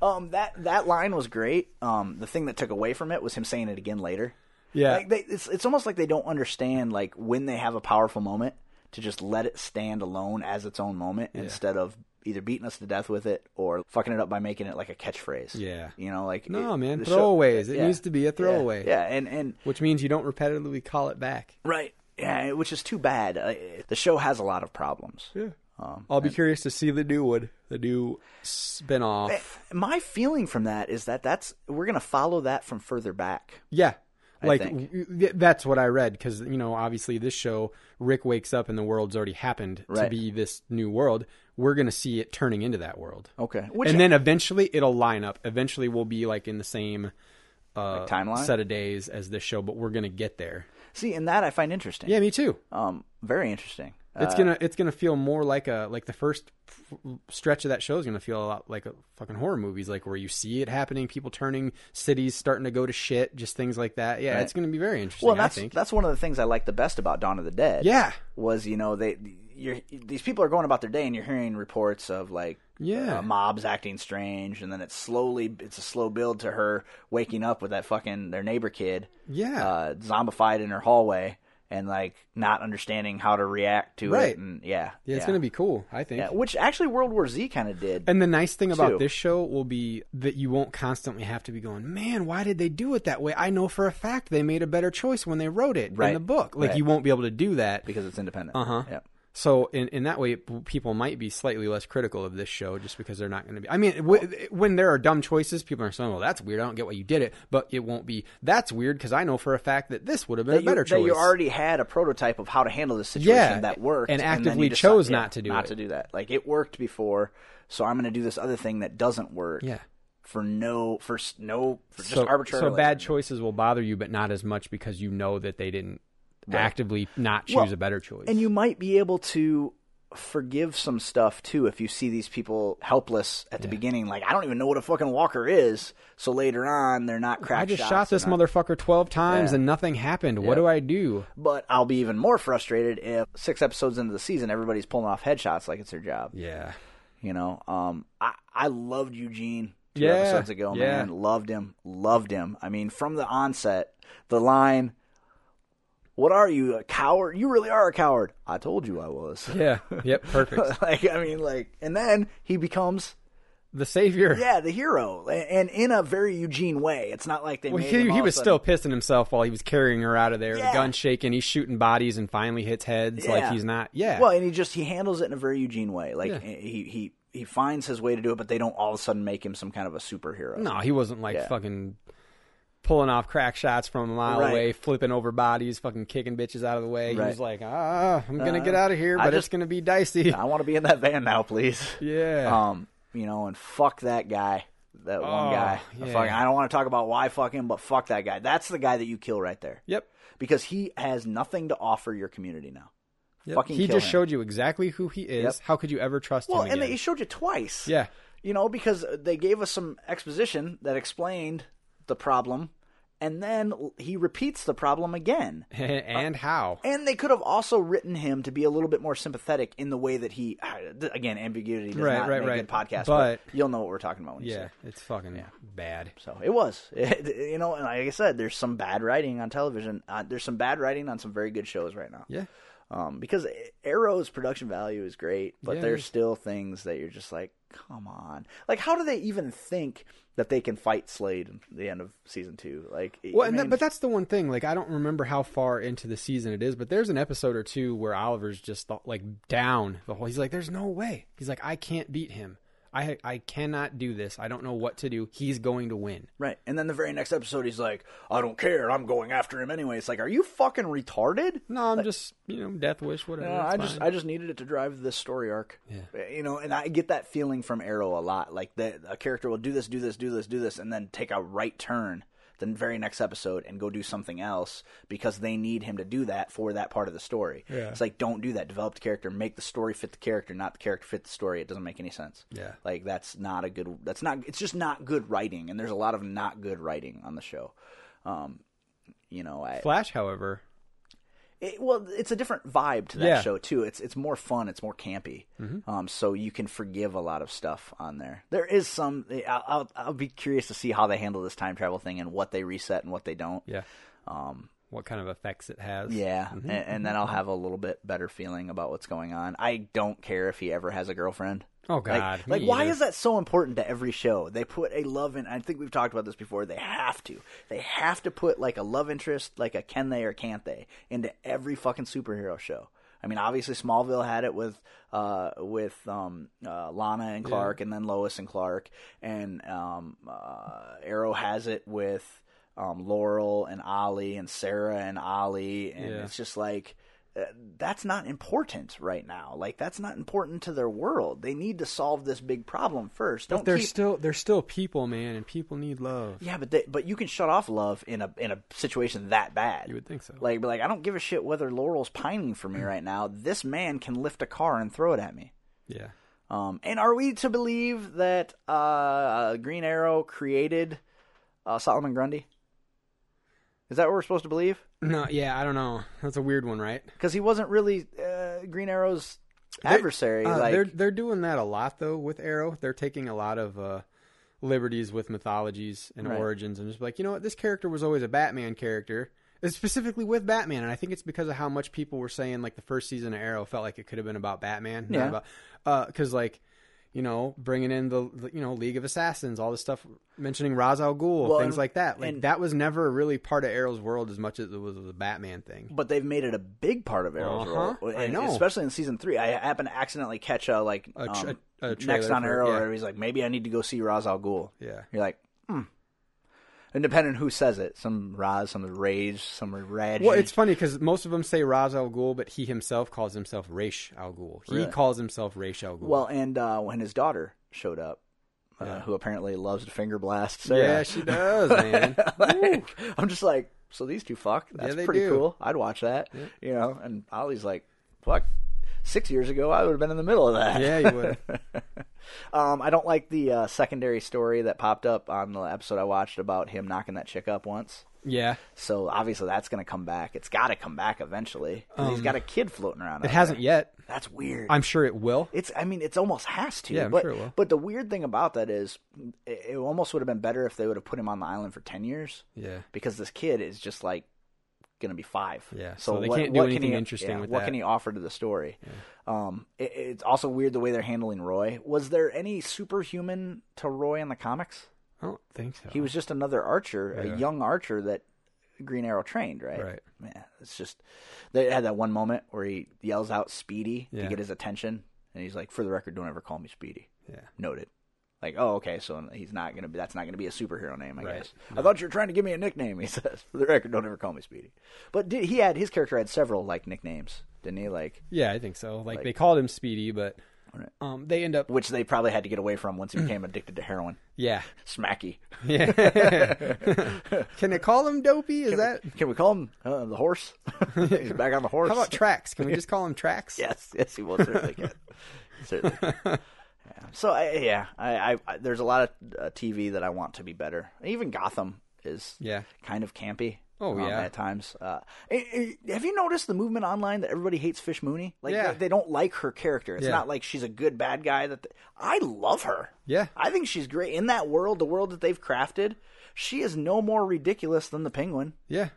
Um, that that line was great. Um, the thing that took away from it was him saying it again later.
Yeah,
Like they, it's it's almost like they don't understand like when they have a powerful moment to just let it stand alone as its own moment instead of either beating us to death with it or fucking it up by making it like a catchphrase.
Yeah.
you know, like
No,
it-
man,
the show-
throwaways. It needs to be a
Yeah.
throwaway.
Yeah, and and
which means you don't repetitively call it back.
right, yeah, which is too bad. Uh, the show has a lot of problems.
Yeah. I'll be curious to see the new one, the new
Eh,
spin-off.
my feeling from that is that that's we're gonna follow that from further back.
Yeah. Like
think.
w- th- that's what I read cuz you know obviously this show Rick wakes up and the world's already happened to
Right.
be this new world. We're going to see it turning into that world.
Okay, which
and then eventually it'll line up. Eventually we'll be like in the same uh,
Like timeline?
set of days as this show, but we're going to get there.
see, and that I find interesting.
Yeah, me too.
Um, very interesting.
It's gonna it's gonna feel more like a like the first f- stretch of that show is gonna feel a lot like a fucking horror movies, like where you see it happening, people turning, cities starting to go to shit, just things like that. Yeah,
Right.
it's gonna be very interesting.
Well,
I
that's
think.
that's one of the things I like the best about Dawn of the Dead.
Yeah.
was you know they you're these people are going about their day and you're hearing reports of like
Yeah.
uh, mobs acting strange and then it's slowly it's a slow build to her waking up with that fucking their neighbor kid
Yeah.
uh, zombified in her hallway and like not understanding how to react to
Right.
it and yeah
yeah, it's gonna be cool. I think.
yeah, which actually World War Z kind of did
And the nice thing about
Two.
this show will be that you won't constantly have to be going, man, why did they do it that way? I know for a fact they made a better choice when they wrote it in
Right.
the book. Like
Right.
you won't be able to do that.
because it's independent
Uh-huh.
yeah.
So in, in that way, p- people might be slightly less critical of this show just because they're not going to be. I mean, w- when there are dumb choices, people are saying, "Well, that's weird. I don't get why you did it." But it won't be. That's weird because I know for a fact that this would have been
That
a
you,
better
that
choice.
you already had a prototype of how to handle this situation
Yeah,
that worked,
and
then you
actively
decide-
chose
yeah,
not to do
not
it.
to do that. Like it worked before, so I'm going to do this other thing that doesn't work.
Yeah.
for no, for s- no, for just
so,
arbitrary.
so
like-
bad choices will bother you, but not as much because you know that they didn't actively not choose
Well,
a better choice.
And you might be able to forgive some stuff too if you see these people helpless at the beginning. Like I don't even know what a fucking walker is. So later on, they're not cracked.
I just
shots,
shot this
they're not-
motherfucker twelve times
Yeah.
and nothing happened. What
Yeah.
do I do?
But I'll be even more frustrated if six episodes into the season, everybody's pulling off headshots like it's their job.
Yeah,
You know, um, I I loved Eugene two
Yeah,
episodes ago,
yeah.
man. Loved him, loved him. I mean, from the onset, the line, "What are you, a coward? You really are a coward." I told you I was.
yeah, yep, perfect.
like, I mean, like, and then he becomes,
The savior.
yeah, the hero, a- and in a very Eugene way. It's not like they.
Well,
made him
he,
all
he
of a
was
sudden-
still pissing himself while he was carrying her out of there.
Yeah.
The gun shaking, he's shooting bodies and finally hits heads. Like
Yeah.
he's not. Yeah.
Well, and he just he handles it in a very Eugene way. Like
Yeah.
he he he finds his way to do it, but they don't all of a sudden make him some kind of a superhero.
no, he wasn't like
Yeah.
fucking pulling off crack shots from a mile
Right.
away, flipping over bodies, fucking kicking bitches out of the way. He
Right.
was like, ah, I'm
Uh,
gonna get out of here,
I
but it's
just-
gonna be dicey.
I want to be in that van now, please.
yeah.
Um, you know, and fuck that guy, that one
Oh,
guy.
yeah.
Fucking- I don't want to talk about why fuck him, but fuck that guy. That's the guy that you kill right there.
yep.
Because he has nothing to offer your community now.
Yep.
Fucking
He
kill
just
him.
showed you exactly who he is.
Yep.
How could you ever trust
Well,
him
and
again?
they showed you twice.
yeah.
You know, because they gave us some exposition that explained the problem, and then he repeats the problem again.
and how?
And they could have also written him to be a little bit more sympathetic in the way that he, ah, again, ambiguity does
Right,
not
right,
make
right.
good podcast, but,
But-
you'll know what we're talking about when you see
Yeah,
it.
it's fucking bad.
So it was, you know, and like I said, there's some bad writing on television. Uh, there's some bad writing on some very good shows right now.
Yeah.
Um, because Arrow's production value is great, but
Yeah, it
there's
is.
still things that you're just like, come on. Like, how do they even think that they can fight Slade at the end of season two? Like, I
Well, and
mean,
that, but that's the one thing. Like, I don't remember how far into the season it is, but there's an episode or two where Oliver's just th- like down the whole. He's like, "There's no way." He's like, "I can't beat him. I I cannot do this. I don't know what to do. He's going to win."
right. And then the very next episode, he's like, I don't care. I'm going after him anyway. It's like, are you fucking retarded?
No, I'm just you know, death wish, whatever.
No,
it's
I just
fine.
I just needed it to drive this story arc. Yeah. You know, and I get that feeling from Arrow a lot. Like that a character will do this, do this, do this, do this, and then take a right turn the very next episode and go do something else because they need him to do that for that part of the story. Yeah. It's like don't do that. Develop the character, make the story fit the character, not the character fit the story. It doesn't make any sense.
Yeah.
Like that's not a good that's not it's just not good writing and there's a lot of not good writing on the show. Um you know, I,
Flash, however,
it, well, it's a different vibe to that
Yeah. Mm-hmm.
show too. It's it's more fun. It's more campy. Um, so you can forgive a lot of stuff on there. There is some. I'll, I'll I'll be curious to see how they handle this time travel thing and what they reset and what they don't.
yeah. Mm-hmm. Um, what kind of effects it has?
Yeah, and, and then I'll have a little bit better feeling about what's going on. I don't care if he ever has a girlfriend.
Oh
Like-
God.
like,
me
why
either.
is that so important to every show? They put a love in. I think we've talked about this before. They have to. They have to put like a love interest, like a can they or can't they, into every fucking superhero show. I mean, obviously Smallville had it with uh, with um, uh, Lana and Clark, and then Lois and Clark, and um, uh, Arrow has it with um, Laurel and Ollie and Sarah and Ollie, and
Yeah.
it's just like uh, that's not important right now. Like that's not important to their world. They need to solve this big problem first.
But
Don't
they're
keep-
still they're still people, man, and people need love.
Yeah, but they, but you can shut off love in a in a situation that bad.
You would think so.
Like, be like I don't give a shit whether Laurel's pining for me right now. This man can lift a car and throw it at me.
Yeah.
Um, and are we to believe that uh, Green Arrow created uh, Solomon Grundy? Is that what we're supposed to believe?
No, yeah, I don't know. That's a weird one, right?
Because he wasn't really uh, Green Arrow's adversary.
Uh,
like,
they're they're doing that a lot though with Arrow. They're taking a lot of uh, liberties with mythologies and
Right.
origins, and just like you know what, this character was always a Batman character, and specifically with Batman. And I think it's because of how much people were saying like the first season of Arrow felt like it could have been about Batman,
Yeah.
not about because like. You know, bringing in the the, you know League of Assassins, all this stuff, mentioning Ra's al Ghul,
Well,
things
and-
like that. Like
and-
that was never really part of Arrow's world as much as it was the Batman thing.
but they've made it a big part of Arrow's
Uh-huh.
role,
I
and
know.
especially in season three. I happen to accidentally catch a like
A tr-
um,
a- a trailer
next on
for it,
Arrow,
yeah.
where he's like, maybe I need to go see Ra's al Ghul.
Yeah.
you're like, hmm. And depending who says it, some Raz, some Rage, some Raj.
Well, it's funny because most of them say Raz Al Ghul, but he himself calls himself Raish Al Ghul. He
Really?
calls himself Raish Al Ghul.
Well, and uh, when his daughter showed up, uh,
Yeah.
who apparently loves to finger blast
yeah,
Sarah,
she does, man.
like, I'm just like, so these two fuck. That's
they
pretty
do.
cool. I'd watch that. You know, and Ollie's like, fuck. Six years ago, I would have been in the middle of that.
yeah, you would.
Um, I don't like the uh, secondary story that popped up on the episode I watched about him knocking that chick up once.
Yeah,
So obviously that's going to come back. It's got to come back eventually. 'Cause he's got a kid floating around.
Um, it
out
hasn't
there.
yet.
That's weird.
I'm sure it will.
It's. I mean, it's almost has to.
Yeah, I'm
but,
sure it will.
But the weird thing about that is, it, it almost would have been better if they would have put him on the island for ten years
Yeah,
because this kid is just like going to be five.
Yeah,
So,
so they
what,
can't do
what
anything
can he,
interesting
yeah,
with
what
that.
can he offer to the story? Um, it, it's also weird the way they're handling Roy. Was there any superhuman to Roy in the comics?
I don't think so.
He was just another archer,
Yeah.
a young archer that Green Arrow trained, right?
Right.
Yeah, it's just they had that one moment where he yells out "Speedy"
Yeah.
to get his attention, and he's like, "For the record, don't ever call me Speedy."
Yeah.
Noted. Like, oh, okay, so he's not gonna be. That's not gonna be a superhero name, I
Right.
guess. I thought you were trying to give me a nickname. He says, "For the record, don't ever call me Speedy." But did, he had his character had several like nicknames, didn't he? Like,
Yeah, I think so. Like, they called him Speedy, but um, they end up.
which they probably had to get away from once he became addicted to heroin.
Yeah,
Smacky.
yeah. Can they call him Dopey? Is that
Can we call him uh, the horse? he's back on the horse.
how about Tracks? Can we just call him Tracks?
Yes, yes, he will certainly get. certainly. Can. Yeah. So I, yeah, I, I, I there's a lot of uh, TV that I want to be better. Even Gotham is
Yeah.
kind of campy.
Oh,
um,
yeah.
at times. Uh, eh, eh, have you noticed the movement online that everybody hates Fish Mooney? Like
Yeah.
they, they don't like her character. It's
Yeah.
not like she's a good bad guy. That they, I love her.
Yeah.
I think she's great in that world. The world that they've crafted, she is no more ridiculous than the Penguin.
Yeah.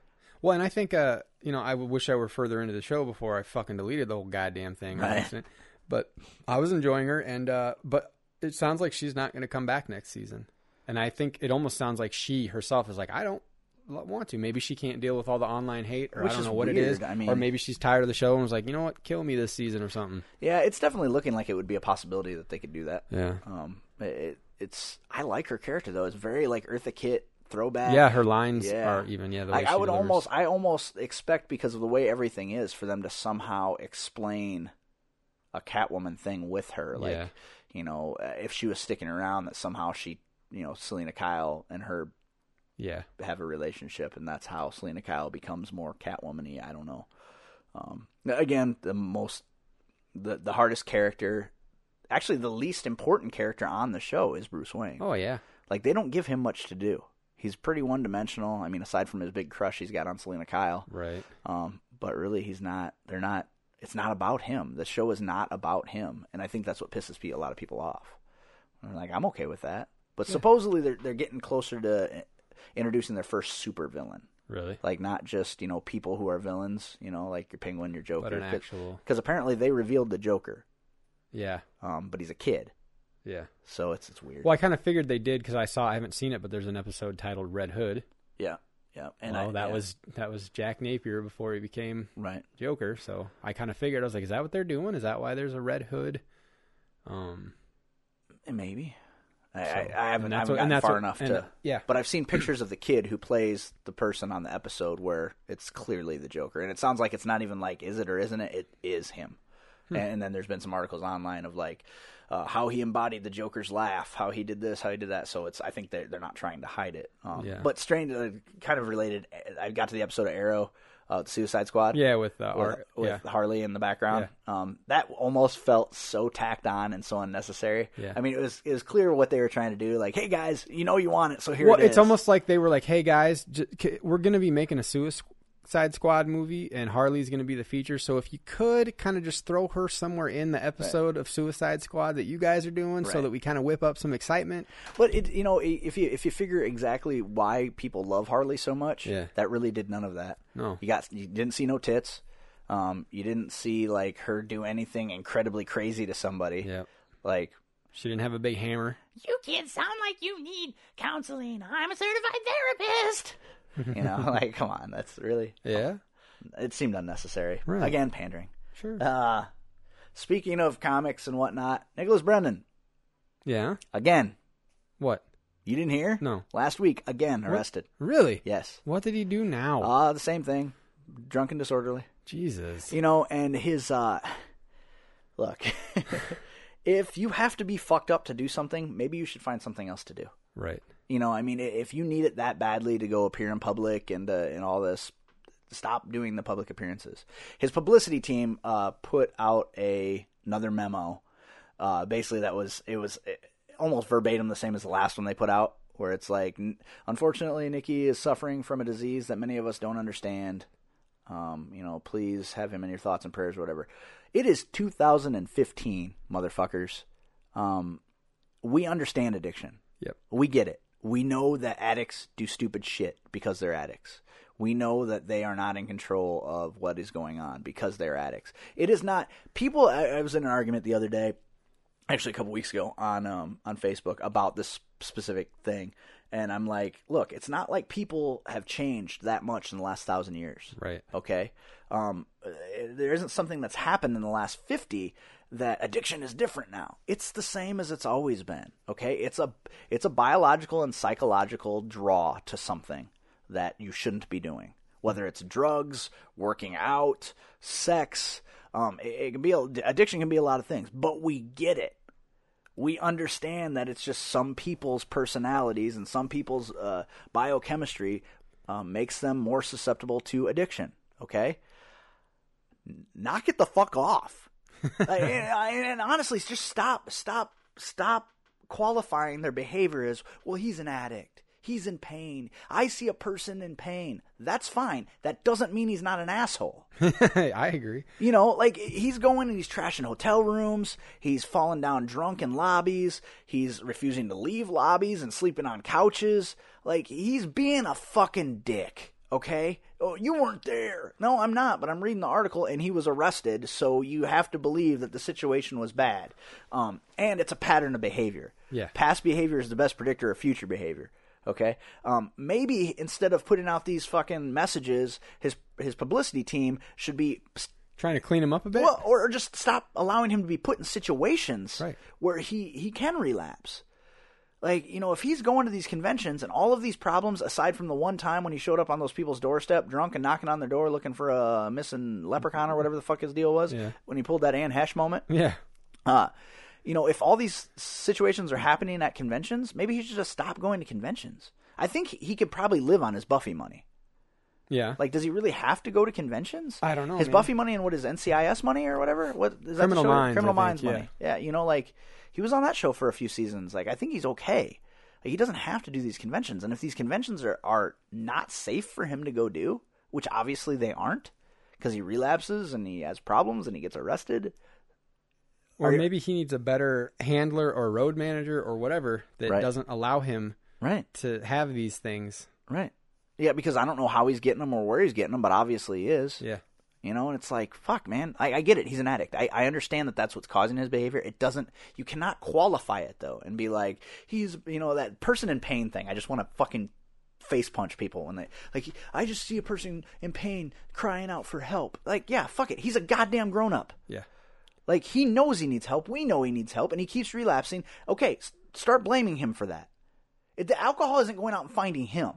Well, and I think uh, you know, I w- wish I were further into the show before I fucking deleted the whole goddamn thing. on
Right.
accident. But I was enjoying her, and uh, but it sounds like she's not going to come back next season. And I think it almost sounds like she herself is like, I don't lo- want to. Maybe she can't deal with all the online hate, or
Which
I don't
is
know what it
weird.
is.
I mean-
or maybe she's tired of the show and was like, you know what, kill me this season or something.
Yeah, it's definitely looking like it would be a possibility that they could do that.
Yeah.
Um, it, it's I like her character though. It's very like Eartha Kitt throwback.
Yeah, her lines
Uh, Yeah.
are even. Yeah, the way
I, I
she
would
delivers.
almost I almost expect because of the way everything is for them to somehow explain a Catwoman thing with her. Like
Yeah.
you know, uh, if she was sticking around, that somehow she you know Selena Kyle and her
Yeah,
have a relationship, and that's how Selena Kyle becomes more Catwoman-y. I don't know. Um, again, the most the the hardest character, actually the least important character on the show is Bruce Wayne.
oh yeah,
Like they don't give him much to do. He's pretty one dimensional. I mean, aside from his big crush he's got on Selena Kyle,
right.
um, but really he's not. They're not. It's not about him. The show is not about him, and I think that's what pisses pe- a lot of people off. And like I'm okay with that, but supposedly they're they're getting closer to uh, introducing their first super villain
Really,
like not just you know people who are villains you know like your penguin your joker
but an actual.
because apparently they revealed the joker
Yeah,
um but he's a kid
yeah.
so it's it's weird
Well, I kind of figured they did because I saw I haven't seen it, but there's an episode titled Red Hood.
yeah yeah and
well,
I,
Oh, that
yeah,
was that was Jack Napier before he became
right
Joker. So I kind of figured I was like, is that what they're doing? Is that why there's a Red Hood? Um,
Eh, maybe I, I, I haven't,
and
I haven't
that's what- and
gotten
that's
far
what-
enough
and,
to.
uh, yeah.
But I've seen pictures of the kid who plays the person on the episode where it's clearly the Joker, and it sounds like it's not even like is it or isn't it? It is him.
Hmm.
And then there's been some articles online of like uh, how he embodied the Joker's laugh, how he did this, how he did that. So it's I think they're they're not trying to hide it. Um,
Yeah.
But strange, uh, kind of related. I got to the episode of Arrow, uh, the Suicide Squad.
Yeah, with uh,
with,
or,
with
yeah.
Harley in the background. Um, that almost felt so tacked on and so unnecessary.
Yeah.
I mean, it was it was clear what they were trying to do. Like, hey guys, you know you want it, so here
well,
it is.
it's almost like they were like, "Hey guys, j- c- we're going to be making a Suicide Squad movie, and Harley's going to be the feature. So if you could kind of just throw her somewhere in the episode of Suicide Squad that you guys are doing, so
Right.
that we kind of whip up some excitement."
but it, you know, i- if you if you figure exactly why people love Harley so much,
Yeah.
that really did none of that.
No.
you got you didn't see no tits. Um, you didn't see like her do anything incredibly crazy to somebody. Like
she didn't have a big hammer.
You kids sound like you need counseling. I'm a certified therapist.
you know, like come on, that's really
Yeah,
it seemed unnecessary.
Right.
Again, pandering.
sure.
Uh, speaking of comics and whatnot, Nicholas Brendan
yeah,
again.
what?
You didn't hear?
No.
Last week again
What?
arrested.
Really?
Yes.
What did he do now?
Uh the same thing. Drunk and disorderly.
Jesus.
You know, and his uh look. if you have to be fucked up to do something, maybe you should find something else to do.
Right.
You know, I mean, i- if you need it that badly to go appear in public and uh, and all this, stop doing the public appearances. His publicity team uh, put out a another memo, uh, basically that was it was eh, almost verbatim the same as the last one they put out, where it's like, "N- unfortunately, Nikki is suffering from a disease that many of us don't understand. Um, you know, please have him in your thoughts and prayers, or whatever. It is 2015, motherfuckers. Um, we understand addiction.
Yep.
We get it. We know that addicts do stupid shit because they're addicts. We know that they are not in control of what is going on because they're addicts. It is not people. I, I was in an argument the other day, actually a couple weeks ago on um on Facebook about this specific thing, and I'm like, look, it's not like people have changed that much in the last thousand years
Right.
okay um uh, there isn't something that's happened in the last 50 that addiction is different now it's the same as it's always been okay it's a it's a biological and psychological draw to something that you shouldn't be doing whether it's drugs working out sex um it, it can be a, addiction can be a lot of things but we get it we understand that it's just some people's personalities and some people's uh, biochemistry um, makes them more susceptible to addiction. Okay, N- knock it the fuck off. Like, and, I- and honestly, just stop, stop, stop qualifying their behavior as well. He's an addict. He's in pain. I see a person in pain. That's fine. That doesn't mean he's not an asshole.
I agree.
You know, like he's going and he's trashing hotel rooms. He's falling down drunk in lobbies. He's refusing to leave lobbies and sleeping on couches. Like he's being a fucking dick. Okay. Oh, you weren't there. No, I'm not. But I'm reading the article, and he was arrested. So you have to believe that the situation was bad. Um, and it's a pattern of behavior.
Yeah.
Past behavior is the best predictor of future behavior. Okay. Um, maybe instead of putting out these fucking messages, his his publicity team should be
Trying to clean him up a bit.
well, or or just stop allowing him to be put in situations
Right.
where he he can relapse. Like you know, if he's going to these conventions and all of these problems, aside from the one time when he showed up on those people's doorstep drunk and knocking on their door looking for a missing leprechaun or whatever the fuck his deal was,
Yeah.
when he pulled that Anne Hesh moment,
yeah.
uh, you know, if all these situations are happening at conventions, maybe he should just stop going to conventions. I think he- he could probably live on his Buffy money.
Yeah.
Like, does he really have to go to conventions?
I don't know,
His
man.
Buffy money and what is NCIS money or whatever? What is that the
Criminal
show?
Minds,
Criminal
I think,
Minds
yeah.
money. Yeah, you know, like he was on that show for a few seasons. Like, I think he's okay. Like, he doesn't have to do these conventions, and if these conventions are are not safe for him to go do, which obviously they aren't, because he relapses and he has problems and he gets arrested.
or
Are you-
maybe he needs a better handler or road manager or whatever that
Right.
doesn't allow him
Right.
to have these things.
Right. Yeah, because I don't know how he's getting them or where he's getting them, but obviously he is.
Yeah.
You know, and it's like, fuck, man. I, I get it. He's an addict. I, I understand that that's what's causing his behavior. It doesn't, you cannot qualify it, though, and be like, he's, you know, that person in pain thing. I just want to fucking face punch people when they, like, I just see a person in pain crying out for help. Like, yeah, fuck it. He's a goddamn grown up.
Yeah.
Like, he knows he needs help. We know he needs help, and he keeps relapsing. Okay, s- start blaming him for that. It, the alcohol isn't going out and finding him.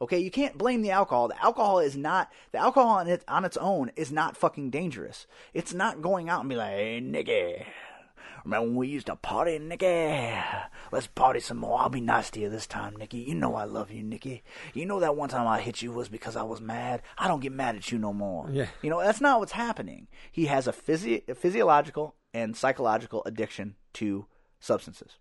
Okay, you can't blame the alcohol. The alcohol is not the alcohol on, it, on its own is not fucking dangerous. It's not going out and be like, hey, Nicky, remember when we used to party, Nicky? Let's party some more. I'll be nice to you this time, Nicky. You know I love you, Nicky. You know that one time I hit you was because I was mad. I don't get mad at you no more.
Yeah.
You know that's not what's happening. He has a, physi- a physiological and psychological addiction to substances.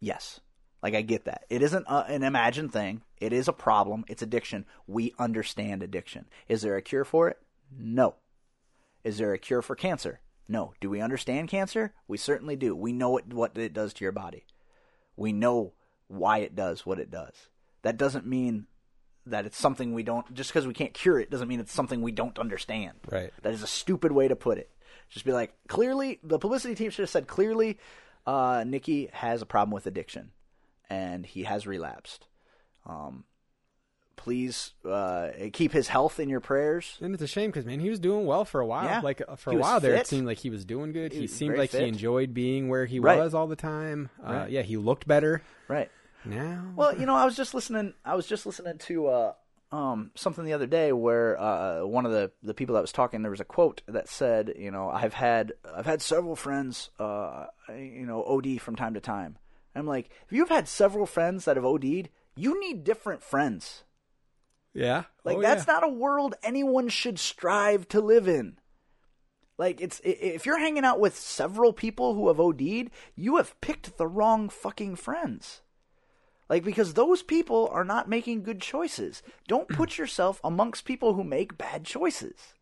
Yes. Like I get that. It isn't a, an imagined thing. It is a problem. It's addiction. We understand addiction. Is there a cure for it? No. Is there a cure for cancer? No. Do we understand cancer? We certainly do. We know what what it does to your body. We know why it does what it does. That doesn't mean that it's something we don't just because we can't cure it doesn't mean it's something we don't understand.
Right.
That is a stupid way to put it. Just be like, clearly, the publicity team should have said clearly, uh, Nikki has a problem with addiction, and he has relapsed. Um, please uh, keep his health in your prayers.
And it's a shame because man, he was doing well for a while.
Yeah.
Like uh, for
He
a
was
while there,
fit.
it seemed like he was doing good.
He
He,
was
seemed
very
like
fit.
he enjoyed being where he
Right.
was all the time. Uh,
Right.
Yeah, he looked better
Right.
now.
Well, you know, I was just listening. I was just listening to uh, um, something the other day where uh, one of the, the people that was talking, there was a quote that said, you know, I've had I've had several friends, uh, you know, OD from time to time. I'm like, if you've had several friends that have OD'd, you need different friends.
yeah,
Like
Oh,
that's
yeah.
not a world anyone should strive to live in. Like it's i- if you're hanging out with several people who have OD'd, you have picked the wrong fucking friends. Like because those people are not making good choices. Don't put yourself amongst people who make bad choices.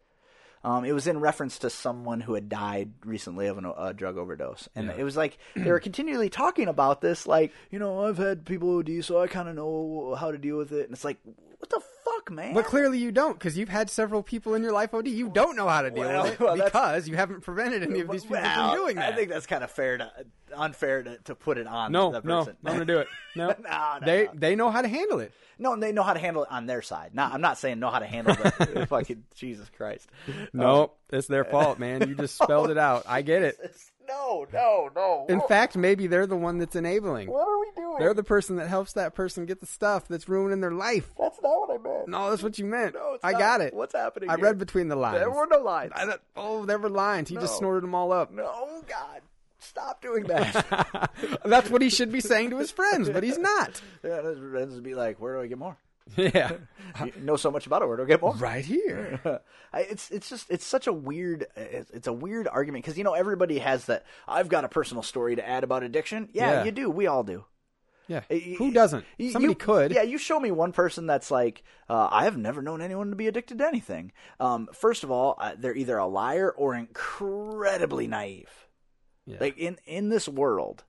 Um, it was in reference to someone who had died recently of an, o- a drug overdose, and it was like they were continually talking about this. Like, you know, I've had people OD, so I kind of know how to deal with it. And it's like, what the fuck, man?
But clearly you don't, because you've had several people in your life OD. You don't know how to deal
Well,
with it
well, that's-
because you haven't prevented any of these people
Well,
from doing that.
I think that's kind of fair to unfair to, to put it on
no,
the
no,
person.
I'm gonna do it. No,
no,
they
no.
they know how to handle it.
No, and they know how to handle it on their side. Not, I'm not saying know how to handle it. fucking Jesus Christ. Oh,
Nope, it's their fault, man. You just spelled it out. I get it.
It's- no, no, no.
In
What-
fact, maybe they're the one that's enabling.
what are we doing?
They're the person that helps that person get the stuff that's ruining their life.
That's not what I meant.
No, that's what you meant.
No, it's
I
not.
got it.
What's happening
I
here?
read between the lines.
There were no lines.
I don't- oh, there were lines. He just
No.
snorted them all up.
No, God, stop doing that.
That's what he should be saying to his friends, but he's not.
yeah, his friends would be like, "Where do I get more?
Yeah.
You know so much about it. Where do I get more?"
Right here.
I, it's it's just it's such a weird it's, it's a weird argument because you know everybody has that I've got a personal story to add about addiction. Yeah,
Yeah.
you do. We all do.
Yeah.
Y-
Who doesn't?
y-
Somebody
you-
could.
Yeah, you show me one person that's like, uh, I have never known anyone to be addicted to anything. Um, first of all, uh, they're either a liar or incredibly naive.
Yeah.
Like in in this world,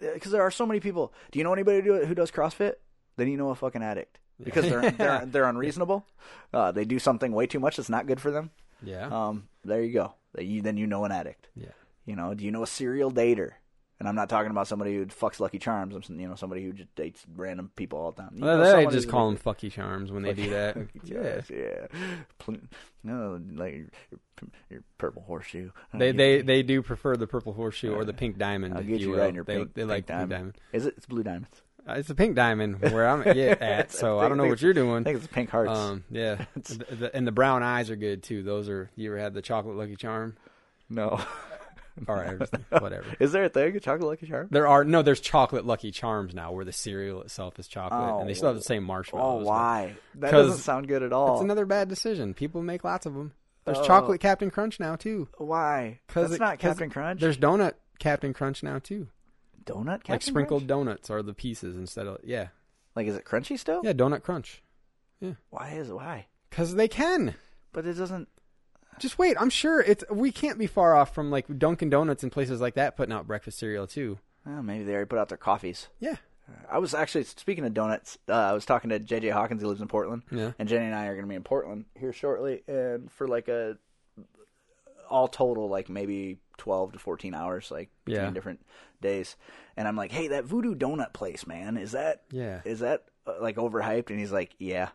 because there are so many people. Do you know anybody who who does CrossFit? Then you know a fucking addict because they're they're they're unreasonable. Uh, they do something way too much that's not good for them.
Yeah.
Um, there you go. That you- Then you know an addict.
yeah.
You know, do you know a serial dater? And I'm not talking about somebody who fucks Lucky Charms. I'm s- you know somebody who just dates random people all the time. You know
they
someone
just
who's-
call them fucky charms when they do that. yeah.
Yes, yeah. Pl- No, like your, your, your purple horseshoe. I'll
They
get-
they they do prefer the purple horseshoe or the pink diamond.
I'll
if
get
you
you
will.
right in your
they,
pink,
they
pink
like
diamond.
pink diamond.
Is it? It's blue diamonds.
Uh, It's a pink diamond where I'm at, at so I don't know what you're doing.
I think it's pink hearts.
Um, yeah, the, the, and the brown eyes are good too. Those are. You ever had the chocolate Lucky Charm?
no.
All right, I'm just- whatever.
Is there a thing a chocolate lucky charm?
There are no. There's chocolate Lucky Charms now, where the cereal itself is chocolate,
Oh.
and they still have the same marshmallows.
Oh, why? That
'Cause
doesn't sound good at all.
That's another bad decision. People make lots of them. There's chocolate Captain Crunch now too.
Why? Because
it-
it's Oh. not
'cause
Captain Crunch.
There's donut Captain Crunch now too.
donut Captain
like sprinkled
Crunch?
donuts are the pieces instead of yeah,
Like, is it crunchy still?
yeah, donut Crunch.
Why is it? Why?
Because they can.
But it doesn't.
Just wait. I'm sure it's. We can't be far off from like Dunkin' Donuts and places like that putting out breakfast cereal too.
Oh, maybe they already put out their coffees.
Yeah.
I was actually speaking of donuts. Uh, I was talking to JJ Hawkins. He lives in Portland,
Yeah.
and Jenny and I are going to be in Portland here shortly, and for like a all total, like maybe twelve to fourteen hours, like between
Yeah.
different days. And I'm like, hey, that Voodoo Donut place, man, is that
Yeah.
is that uh, like overhyped? And he's like, yeah.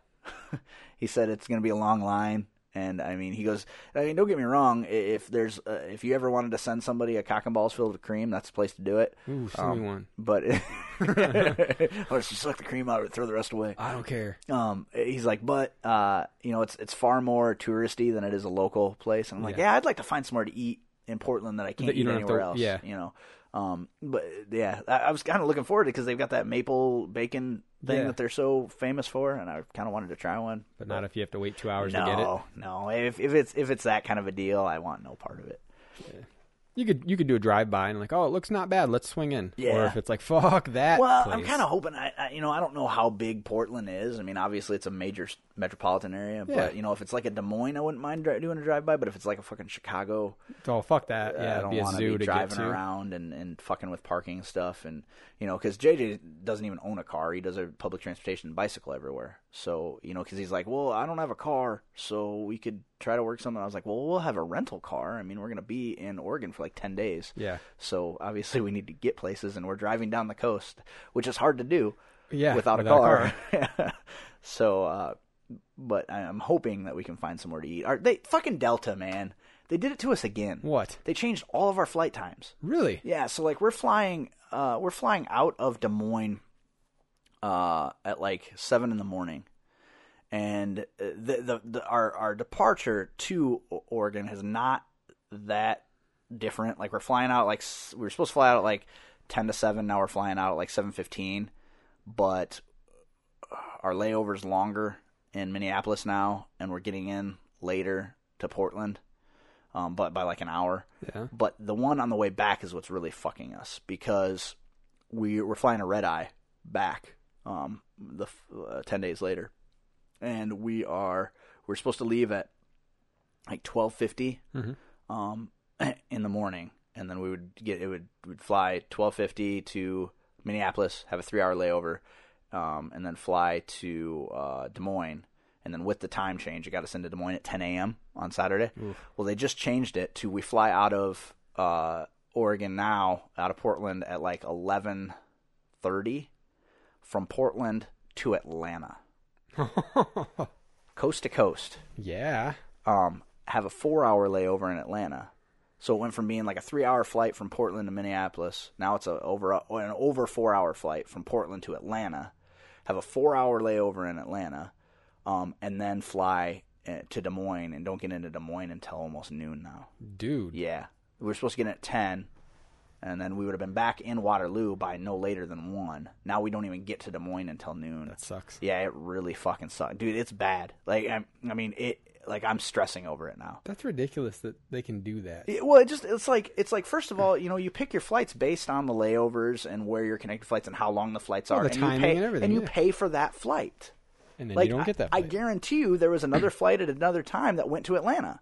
he said it's going to be a long line. And I mean, he goes. I mean, don't get me wrong. i- If there's, uh, if you ever wanted to send somebody a cock and balls filled with cream, that's the place to do it.
Ooh, send
Um,
me one.
But, or just suck the cream out of it, throw the rest away.
I don't care.
Um, he's like, but uh, you know, it's it's far more touristy than it is a local place. And I'm like,
Yeah.
yeah, I'd like to find somewhere to eat in Portland that I can't
That you
eat
don't have to-
anywhere else.
yeah.
you know. Um, but yeah, I, I was kind of looking forward to because they've got that maple bacon thing
Yeah.
that they're so famous for, and I kind of wanted to try one.
But not if you have to wait two hours
no,
to get it.
no. If if it's if it's that kind of a deal, I want no part of it.
You could you could do a drive by and like, oh, it looks not bad. Let's swing in. Or
Yeah.
if it's like, fuck that.
Well, I'm
place.
kind of hoping. I, I, you know, I don't know how big Portland is. I mean, obviously it's a major s- metropolitan area,
Yeah.
but you know, if it's like a Des Moines, I wouldn't mind dri- doing a drive by. But if it's like a fucking Chicago,
oh fuck that.
uh,
Yeah,
I
it'd
don't
be a
want
zoo
to be
to get
driving
to.
around and, and fucking with parking stuff, and you know, because JJ doesn't even own a car. He does a public transportation and bicycle everywhere. So you know, because he's like, well, I don't have a car, so we could try to work something. I was like, well, we'll have a rental car. I mean, we're gonna be in Oregon for like ten days.
Yeah.
So obviously we need to get places, and we're driving down the coast, which is hard to do
Yeah,
without,
without a
a car. so, uh, but I- I'm hoping that we can find somewhere to eat. Are they fucking Delta, man? They did it to us again.
What?
They changed all of our flight times.
Really?
Yeah, so like we're flying, uh, we're flying out of Des Moines uh, at like seven in the morning, and uh, the, the the our our departure to O- Oregon is not that different. Like we're flying out like s- we were supposed to fly out at like ten to seven. Now we're flying out at like seven fifteen, but uh, our layover's longer in Minneapolis now, and we're getting in later to Portland, um, but by like an hour.
Yeah.
But the one on the way back is what's really fucking us because we were flying a red eye back um, the f- uh, ten days later, and we are we're supposed to leave at like twelve um, in the morning, and then we would get it would would fly twelve fifty to Minneapolis, have a three hour layover, um, and then fly to uh, Des Moines, and then with the time change, it got us into Des Moines at ten a.m. on Saturday. Well, they just changed it to we fly out of uh, Oregon now, out of Portland at like eleven thirty, from Portland to Atlanta, coast to coast
yeah.
um, have a four hour layover in Atlanta. So it went from being like a three hour flight from Portland to Minneapolis. Now it's a over an over four hour flight from Portland to Atlanta. Have a four hour layover in Atlanta, um, and then fly uh, to Des Moines and don't get into Des Moines until almost noon now.
Dude.
Yeah, we were supposed to get in at ten, and then we would have been back in Waterloo by no later than one. Now we don't even get to Des Moines until noon.
That sucks.
Yeah, it really fucking sucks, dude. It's bad. Like, I'm, I mean, it. Like, I'm stressing over it now.
That's ridiculous that they can do that.
It- well, it just it's like it's like first of all, you know, you pick your flights based on the layovers and where your connected flights and how long the flights
Well,
are,
the
and
timing
you pay
and everything,
you
yeah.
pay for that flight.
And then
like,
you don't
I,
get that.
I
flight.
guarantee you, there was another flight at another time that went to Atlanta.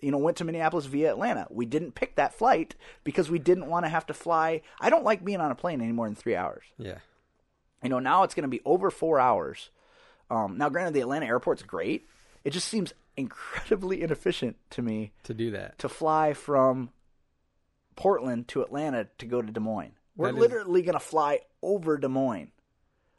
You know, went to Minneapolis via Atlanta. We didn't pick that flight because we didn't want to have to fly. I don't like being on a plane any more than three hours.
Yeah.
You know, now it's going to be over four hours. Um, now, granted, the Atlanta airport's great. It just seems incredibly inefficient to me
To do that.
to fly from Portland to Atlanta to go to Des Moines. We're
That is-
literally going to fly over Des Moines.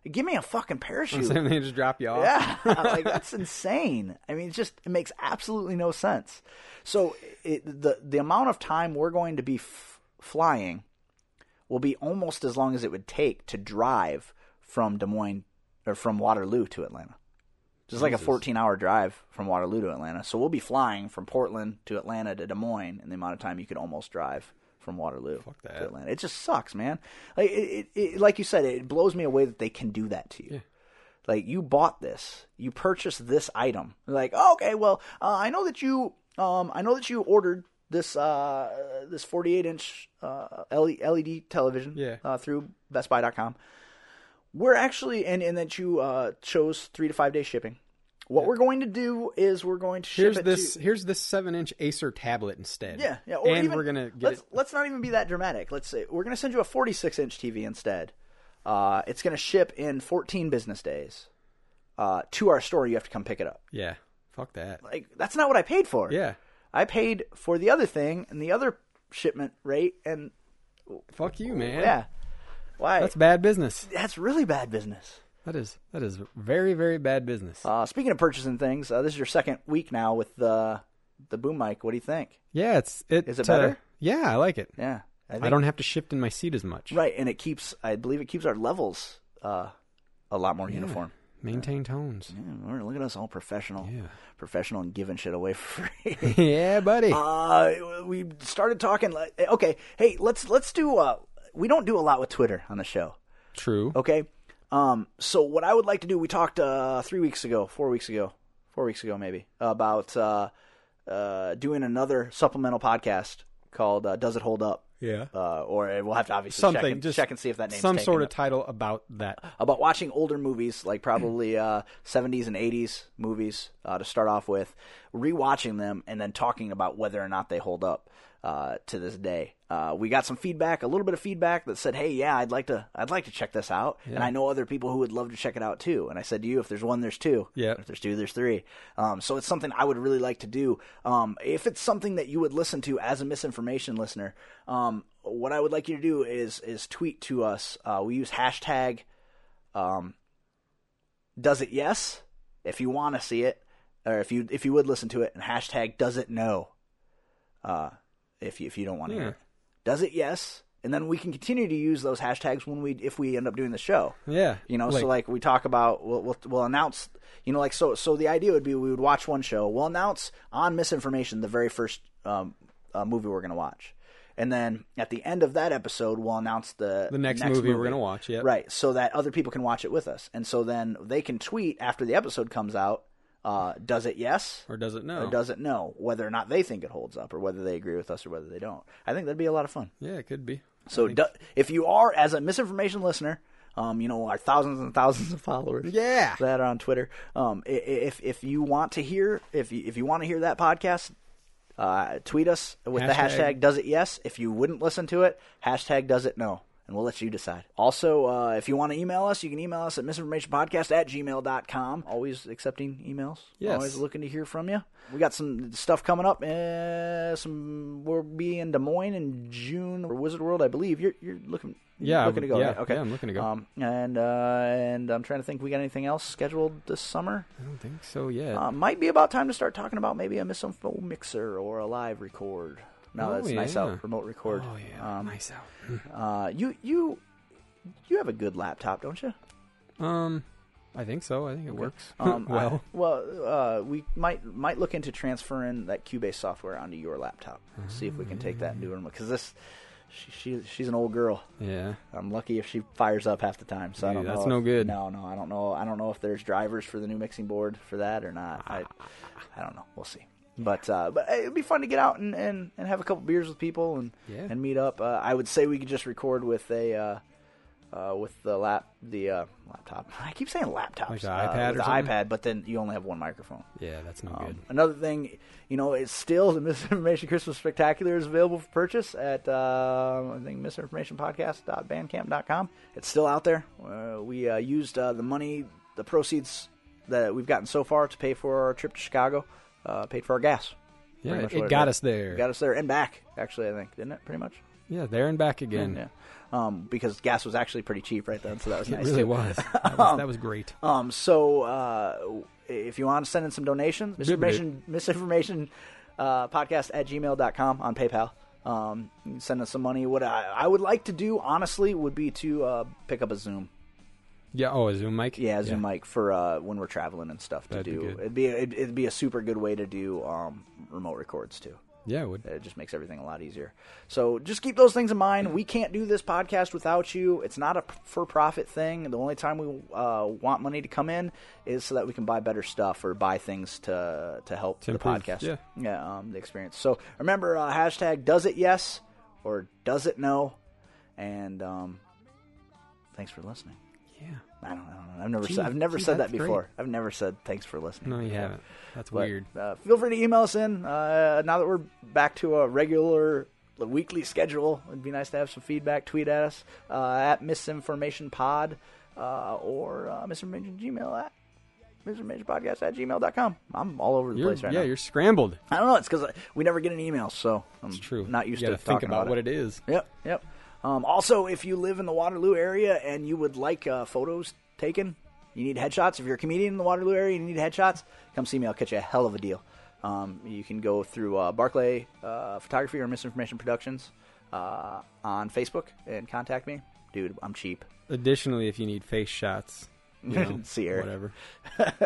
Give me a fucking parachute.
Saying they just drop you off.
Yeah, like that's insane. I mean, it just it makes absolutely no sense. So it, the the amount of time we're going to be f- flying will be almost as long as it would take to drive from Des Moines or from Waterloo to Atlanta. Just like a 14 hour drive from Waterloo to Atlanta. So we'll be flying from Portland to Atlanta to Des Moines in the amount of time you could almost drive from Waterloo
that.
to Atlanta. It just sucks, man. Like it, it, it, like you said, it blows me away that they can do that to you. Like you bought this, you purchased this item. Like okay, well, uh, I know that you, um, I know that you ordered this uh, this 48 inch uh, LED television
Yeah.
uh, through BestBuy.com. We're actually and and that you uh, chose three to five day shipping. What we're going to do is we're going to ship
Here's
it
this.
to,
Here's this seven-inch Acer tablet instead.
yeah, yeah. Or
and
even,
we're gonna get
let's
it.
let's not even be that dramatic. Let's say we're gonna send you a 46 inch TV instead. Uh, it's gonna ship in 14 business days. Uh, to our store, you have to come pick it up.
Yeah. Fuck that.
Like that's not what I paid for.
Yeah.
I paid for the other thing and the other shipment rate, and
Fuck you, man.
yeah, why?
That's bad business.
that's really bad business.
That is that is very very bad business.
Uh, speaking of purchasing things, uh, this is your second week now with the the boom mic. What do you think?
yeah, it's it.
Is it
uh,
better?
yeah, I like it.
Yeah,
I don't have to shift in my seat as much.
right, and it keeps. I believe it keeps our levels uh, a lot more uniform.
Maintain tones.
Yeah, we're- look at us all professional,
Yeah.
professional, and giving shit away for free.
yeah, buddy.
uh, we started talking. like, eh, Okay, hey, let's let's do. Uh, we don't do a lot with Twitter on the show.
True.
Okay. Um, so what I would like to do, we talked uh, three weeks ago, four weeks ago, four weeks ago maybe, about uh, uh, doing another supplemental podcast called uh, "Does It Hold Up?"
Yeah.
Uh, or we'll have to obviously
Something
check and,
just
check and see if that name's
some
taken
sort of
up. Uh,
title about that.
about watching older movies, like probably uh, 70s and 80s movies uh, to start off with, rewatching them, and then talking about whether or not they hold up uh, to this day. Uh, we got some feedback, a little bit of feedback that said, "Hey, yeah, I'd like to, I'd like to check this out," and I know other people who would love to check it out too. And I said to you, if there's one, there's two.
Yep.
If there's two, there's three. Um, so it's something I would really like to do. Um, if it's something that you would listen to as a misinformation listener, um, what I would like you to do is is tweet to us. Uh, we use hashtag um, does it yes if you want to see it, or if you if you would listen to it, and hashtag does it no uh, if you, if you don't want to hear
Yeah.
it. Does it yes, and then we can continue to use those hashtags when we if we end up doing the show.
Yeah.
You know, so like we talk about, we'll, we'll we'll announce. You know, like so so the idea would be we would watch one show. We'll announce on misinformation the very first um, uh, movie we're going to watch, and then at the end of that episode, we'll announce the
The next movie we're gonna watch, yep.
right, so that other people can watch it with us, and so then they can tweet after the episode comes out. Uh, does it yes
or does it know?
or does it no? Whether or not they think it holds up, or whether they agree with us, or whether they don't. I think that'd be a lot of fun.
Yeah, it could be.
So do, if you are as a misinformation listener, um, you know our thousands and thousands of followers,
Yeah.
that are on Twitter. Um, i- i- if if you want to hear if you, if you want to hear that podcast, uh, tweet us with the
Hashtag.
hashtag Does It Yes. If you wouldn't listen to it, hashtag Does It No. And we'll let you decide. Also, uh, if you want to email us, you can email us at misinformationpodcast at gmail.com. Always accepting emails.
Yes.
Always looking to hear from you. We got some stuff coming up. Uh, some We'll be in Des Moines in June for Wizard World, I believe. You're, you're looking,
Yeah, I
looking to
would-
go,
yeah,
right? Okay.
yeah, I'm looking to go.
Um, and, uh, and I'm trying to think, we got anything else scheduled this summer?
I don't think so. Yeah.
Uh, might be about time to start talking about maybe a misinfo mixer or a live record. No,
Oh,
that's nice
yeah.
out. Remote record.
oh yeah.
Um,
nice out.
uh, you you you have a good laptop, don't you?
Um, I think so. I think it works.
Um, I-
well,
well, uh, we might might look into transferring that Cubase software onto your laptop. See if we can take
Mm.
that and do it because this she, she she's an old girl.
yeah.
I'm lucky if she fires up half the time. So I
Yeah,
don't know.
that's
if-
no good.
No, no, I don't know. I don't know if there's drivers for the new mixing board for that or not. I, I don't know. We'll see. But uh, but hey, it'd be fun to get out and, and, and have a couple beers with people and
Yeah.
and meet up. Uh, I would say we could just record with a. Uh, uh, with the lap, the uh, laptop. I keep saying laptops.
Like the
Uh,
iPad
with
or
the
something?
iPad, but then you only have one microphone.
Yeah, that's no good.
Um, another thing, you know, it's still the Misinformation Christmas Spectacular is available for purchase at uh, I think misinformationpodcast.bandcamp.com. It's still out there. Uh, we uh, used uh, the money, the proceeds that we've gotten so far to pay for our trip to Chicago, uh, paid for our gas.
Yeah,
pretty
it,
much what it
got
is.
us there.
It got us there and back, actually. I think didn't it? Pretty much.
yeah, there and back again.
Yeah. Um, because gas was actually pretty cheap right then, so that was
It
nice.
really
too.
was. That, was. that was great.
Um, so uh, if you want to send in some donations, misinformation, misinformation uh, podcast at gmail.com on PayPal. Um, you can send us some money. What I, I would like to do, honestly, would be to uh, pick up a Zoom.
Yeah. Oh, a Zoom mic.
Yeah, a Zoom mic for uh, when we're traveling and stuff to
That'd be
do.
good.
it'd be it'd, it'd be a super good way to do um, remote records too.
Yeah, it would.
It just makes everything a lot easier. So just keep those things in mind. We can't do this podcast without you. It's not a for profit thing. The only time we uh, want money to come in is so that we can buy better stuff or buy things to to help
To
the
improve,
podcast.
yeah.
um, the experience. So remember uh, hashtag does it yes or does it no, and um, thanks for listening.
Yeah.
I don't, I don't know. I've never
Gee,
said, I've never
gee,
said
that's
that
great.
before. I've never said thanks for listening.
No, you haven't. That's
But,
weird.
Uh, feel free to email us in. Uh, now that we're back to a regular weekly schedule, it'd be nice to have some feedback. Tweet at us uh, at misinformationpod uh, or uh, misinformationgmail at misinformationpodcast at gmail.com. I'm all over the
You're,
place right
yeah,
now.
you're scrambled.
I don't know. It's because we never get an email, so I'm
It's true.
not used
you
to
gotta think
talking about,
what it is.
Yep, yep. Um, also, if you live in the Waterloo area and you would like uh, photos taken You need headshots. If you're a comedian in the Waterloo area, you need headshots. Come see me. I'll catch you a hell of a deal. Um, you can go through uh, Barclay uh, Photography or Misinformation Productions uh, on Facebook and contact me. Dude, I'm cheap.
Additionally, if you need face shots, you know,
See her.
whatever.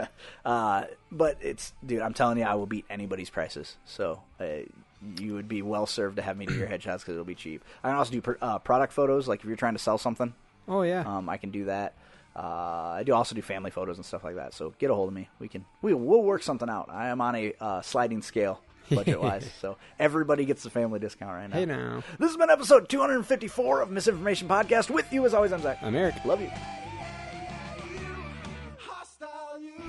Uh, but it's, dude, I'm telling you, I will beat anybody's prices. So uh, you would be well served to have me do your headshots because it'll be cheap. I can also do pr- uh, product photos, like if you're trying to sell something,
Oh yeah,
um, I can do that. Uh, I do also do family photos and stuff like that. So get a hold of me. We can we we'll work something out. I am on a uh, sliding scale budget wise, so everybody gets the family discount right now.
Hey, now.
This has been episode 254 of Misinformation Podcast. With you as always, I'm Zach.
I'm Eric.
Love you.
hostile you.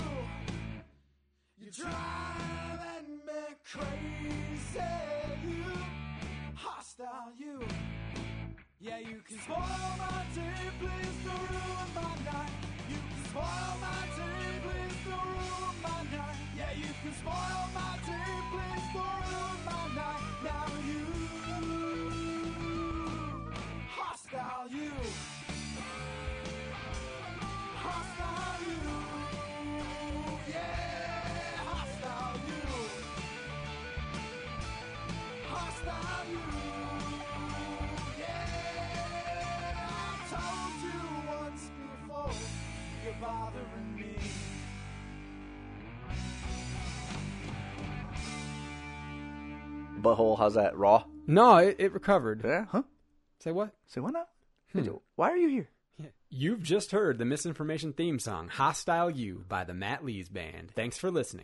You're driving me crazy. You hostile you. Yeah, you can spoil my day, please don't ruin my night. You can spoil my day, please don't ruin my night. Yeah, you can spoil my day, please don't ruin my night. Now you hostile you. Hostile you, yeah, hostile you, hostile you, yeah. I told you once before, you're bothering me.
Butthole, how's that? Raw?
No, it, it recovered.
Yeah. Huh?
Say what?
Say why not? Why are you here?
You've just heard the misinformation theme song "Hostile You" by the Matt Lees Band. Thanks for listening.